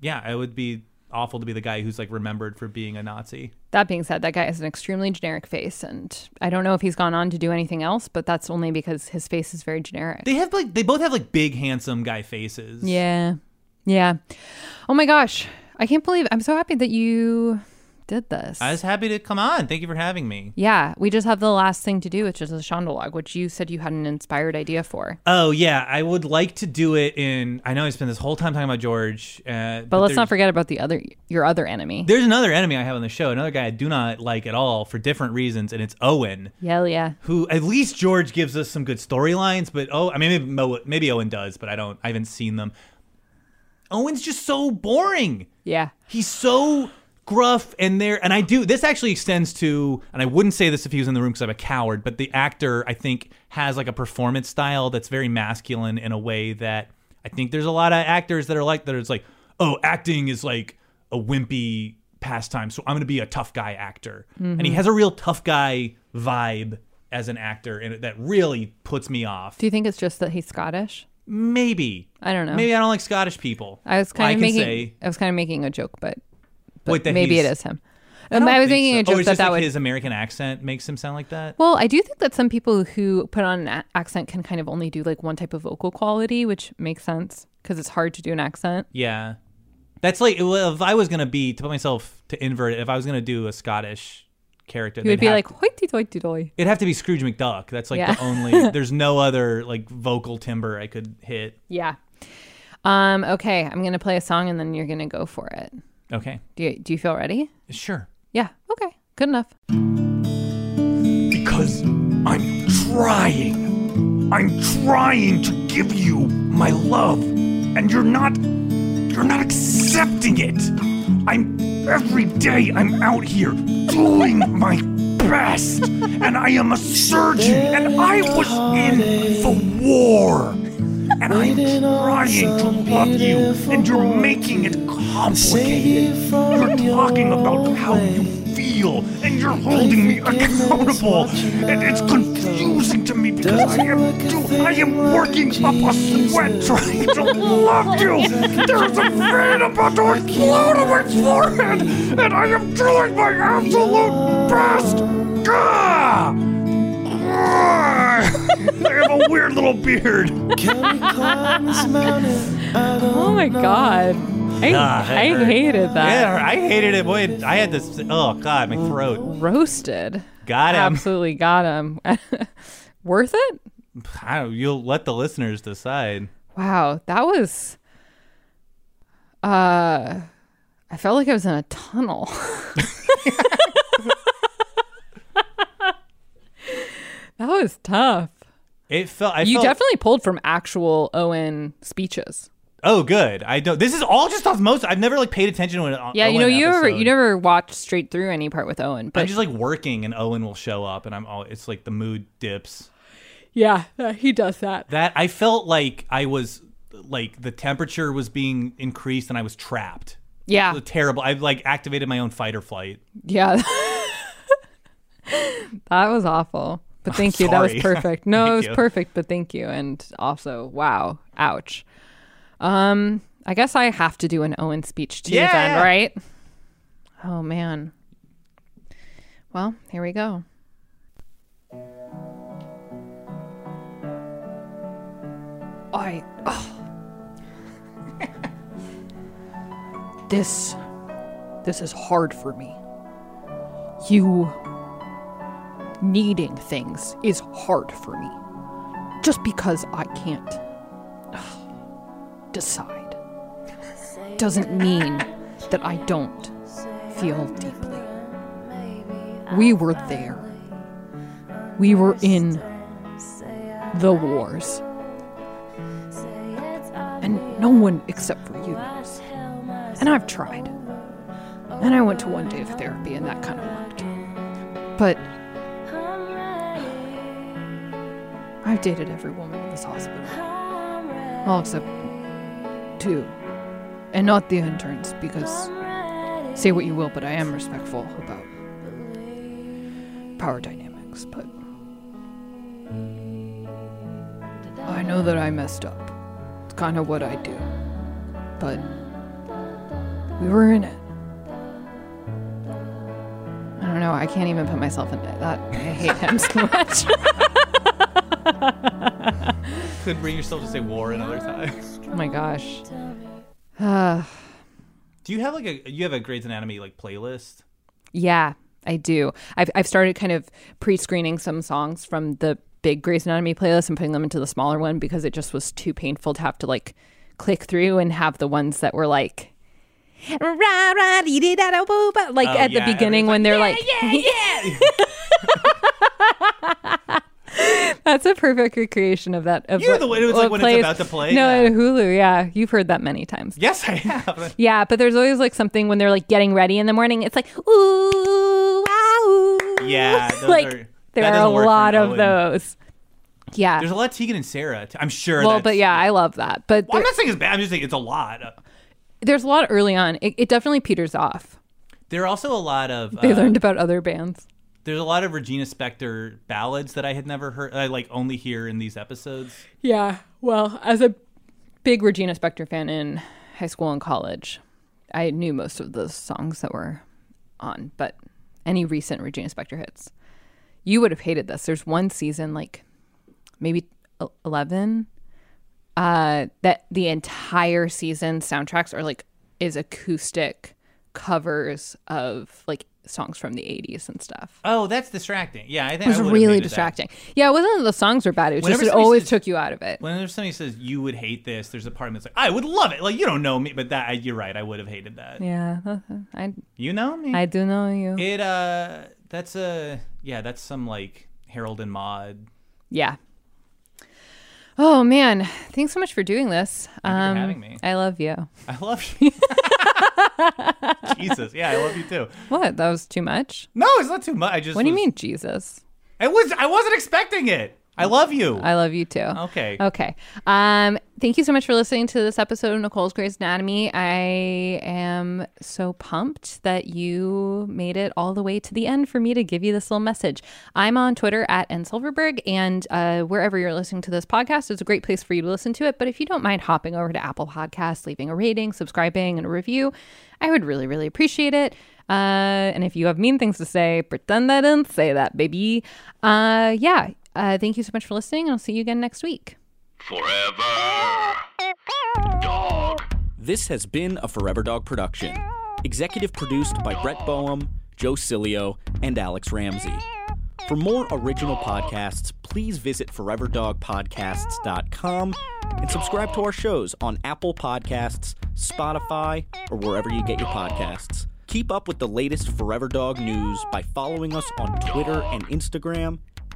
Yeah, it would be awful to be the guy who's like remembered for being a Nazi.
That being said, that guy has an extremely generic face, and I don't know if he's gone on to do anything else, but that's only because his face is very generic.
They have like they both have like big handsome guy faces.
Yeah. Yeah. Oh my gosh. I can't believe I'm so happy that you did this.
I was happy to come on. Thank you for having me.
yeah. We just have the last thing to do, which is a Shondalog, which you said you had an inspired idea for.
Oh yeah, I would like to do it in. I know I spent this whole time talking about George, uh,
But, let's not
there's-
forget about the other your other enemy.
There's another enemy I have on the show, another guy I do not like at all for different reasons, and it's Owen.
Hell yeah.
Who at least George gives us some good storylines, but oh, I mean maybe, Mo, maybe Owen does, but I don't. I haven't seen them. Owen's just so boring.
Yeah.
He's so gruff and there and I do this actually extends to and I wouldn't say this if he was in the room cuz I'm a coward but the actor I think has like a performance style that's very masculine in a way that I think there's a lot of actors that are like that it's like oh acting is like a wimpy pastime so I'm going to be a tough guy actor and he
Mhm.
has a real tough guy vibe as an actor and that really puts me off
Do you think it's just that he's Scottish?
maybe
I don't know.
maybe I don't like Scottish people
I was kind
I
of
can
making
say-
I was kind of making a joke, but, but
Wait, that
maybe it
he's-
is him.
I
Um,
don't
I, was
think
making
so.
a joke
oh, it's
that
just
that
like
would
his American accent makes him sound like that.
Well, I do think that some people who put on an a- accent can kind of only do like one type of vocal quality, which makes sense because it's hard to do an accent.
Yeah, that's like well, if I was gonna be to put myself to invert it. If I was gonna do a Scottish character,
You would
they'd
be
have-
like hoity toity doy.
it'd have to be Scrooge McDuck. That's like
Yeah.
the only. There's no other like vocal timbre I could hit.
Yeah. Um. Okay, I'm gonna play a song and then you're gonna go for it.
Okay,
Do you, Do you feel ready?
Sure.
Yeah. Okay. Good enough.
because I'm trying. I'm trying to give you my love, and you're not you're not accepting it. I'm every day I'm out here doing my best, and I am a surgeon, and I was in the war. And I'm trying to love you, and you're making it complicated. You're talking about how you feel, and you're holding me accountable, and it's confusing to me because I am do- I am working up a sweat trying to love you. There's a vein about to explode on my forehead, and I am doing my absolute best. Gah! I have a weird little beard.
Oh my god. I,
Ah, that
I
hurt.
hated that.
Yeah, I hated it. Boy, I had this. Oh God, my throat.
Roasted.
Got him.
Absolutely got him. Worth it?
I don't, you'll let the listeners decide.
Wow, that was uh I felt like I was in a tunnel. that was tough.
It felt. I
you
felt,
definitely pulled from actual Owen speeches.
Oh, good. I don't. This is all just osmosis. I've never like paid attention when.
Yeah, you know, you never you never watched straight through any part with Owen, but
I'm just like working, and Owen will show up, and I'm all. It's like the mood dips.
yeah, he does that.
That I felt like I was like the temperature was being increased, and I was trapped.
Yeah.
It was terrible. I like activated my own fight or flight.
Yeah. that was awful. But thank you. That was
Sorry.
perfect. No, it
Thank
was
you.
perfect, but thank you. And also, wow. Ouch. Um, I guess I have to do an Owen speech too
Yeah,
then,
yeah.
right? Oh man. Well, here we go. I
This. This is hard for me. You. needing things is hard for me. Just because I can't. ugh, decide. Doesn't mean that I don't feel deeply. We were there. We were in the wars. And no one except for you knows. And I've tried. And I went to one day of therapy, and that kind of worked. But I've dated every woman in this hospital. All except two. and not the interns because say what you will, but I am respectful about power dynamics. But I know that I messed up. It's kind of what I do. But we were in it.
I don't know. I can't even put myself in it. That I hate him so much.
Couldn't bring yourself to say war another time.
oh my gosh. Uh,
Do you have like a you have a Grey's Anatomy like playlist?
yeah, I do. I've I've started kind of pre-screening some songs from the big Grey's Anatomy playlist and putting them into the smaller one because it just was too painful to have to like click through and have the ones that were like Rah, rah, dee, dee, da, da, woo, ba. like
Oh,
at
yeah,
the beginning when they're like That's a perfect recreation of that. Of
You're
what-
the one who was like,
what
when it's
plays.
about to play?
No,
Yeah.
Hulu. Yeah, you've heard that many times.
Yes, I have.
Yeah, but there's always like something when they're like getting ready in the morning. It's like ooh, wow.
Yeah, those
like
are-
there
that
are
doesn't
a
work for
lot of
Ellen.
those. Yeah.
There's a lot of Tegan and Sarah. i I'm sure.
well,
that's,
but yeah, I love that. But
Well, I'm
there-
not saying it's bad. I'm just saying it's a lot.
there's a lot early on. It, it definitely peters off.
There are also a lot of
They
uh,
learned about other bands.
There's a lot of Regina Spektor ballads that I had never heard. I like only hear in these episodes.
Yeah. Well, as a big Regina Spektor fan in high school and college, I knew most of the songs that were on, but any recent Regina Spektor hits, you would have hated this. There's one season, like maybe el- 11, uh, that the entire season soundtracks are like, is acoustic covers of like songs from the 80s and stuff.
Oh, that's distracting. Yeah, I
It
think
was
I would have
really
hated that.
distracting. Yeah, it wasn't that the songs were bad. It was
Whenever
just it
somebody
always
says-
took you out of it.
Whenever somebody says you would hate this, there's a part of me that's like, I would love it. Like you don't know me, but that I, you're right. I would have hated that.
Yeah, I
You know me.
I do know you.
It uh, that's a yeah, that's some like Harold and Maude.
Yeah. Oh man, thanks so much for doing this.
Thank you for having me.
I love you.
I love you. Jesus, yeah, I love you too.
What? That was too much.
No, it's not too much. I just
What do you
was-
mean, Jesus?
It was. I wasn't expecting it. I love you.
I love you too.
Okay.
Okay. Um, thank you so much for listening to this episode of Nicole's Grey's Anatomy. I am so pumped that you made it all the way to the end for me to give you this little message. I'm on Twitter at N Silverberg, and uh, wherever you're listening to this podcast, it's a great place for you to listen to it. But if you don't mind hopping over to Apple Podcasts, leaving a rating, subscribing, and a review, I would really, really appreciate it. Uh, and if you have mean things to say, pretend I didn't say that, baby. Uh, yeah. Uh, thank you so much for listening, and I'll see you again next week.
This has been a Forever Dog production. Executive produced by Brett Boehm, Joe Cilio, and Alex Ramsey. For more original podcasts, please visit foreverdogpodcasts.com and subscribe to our shows on Apple Podcasts, Spotify, or wherever you get your podcasts. Keep up with the latest Forever Dog news by following us on Twitter and Instagram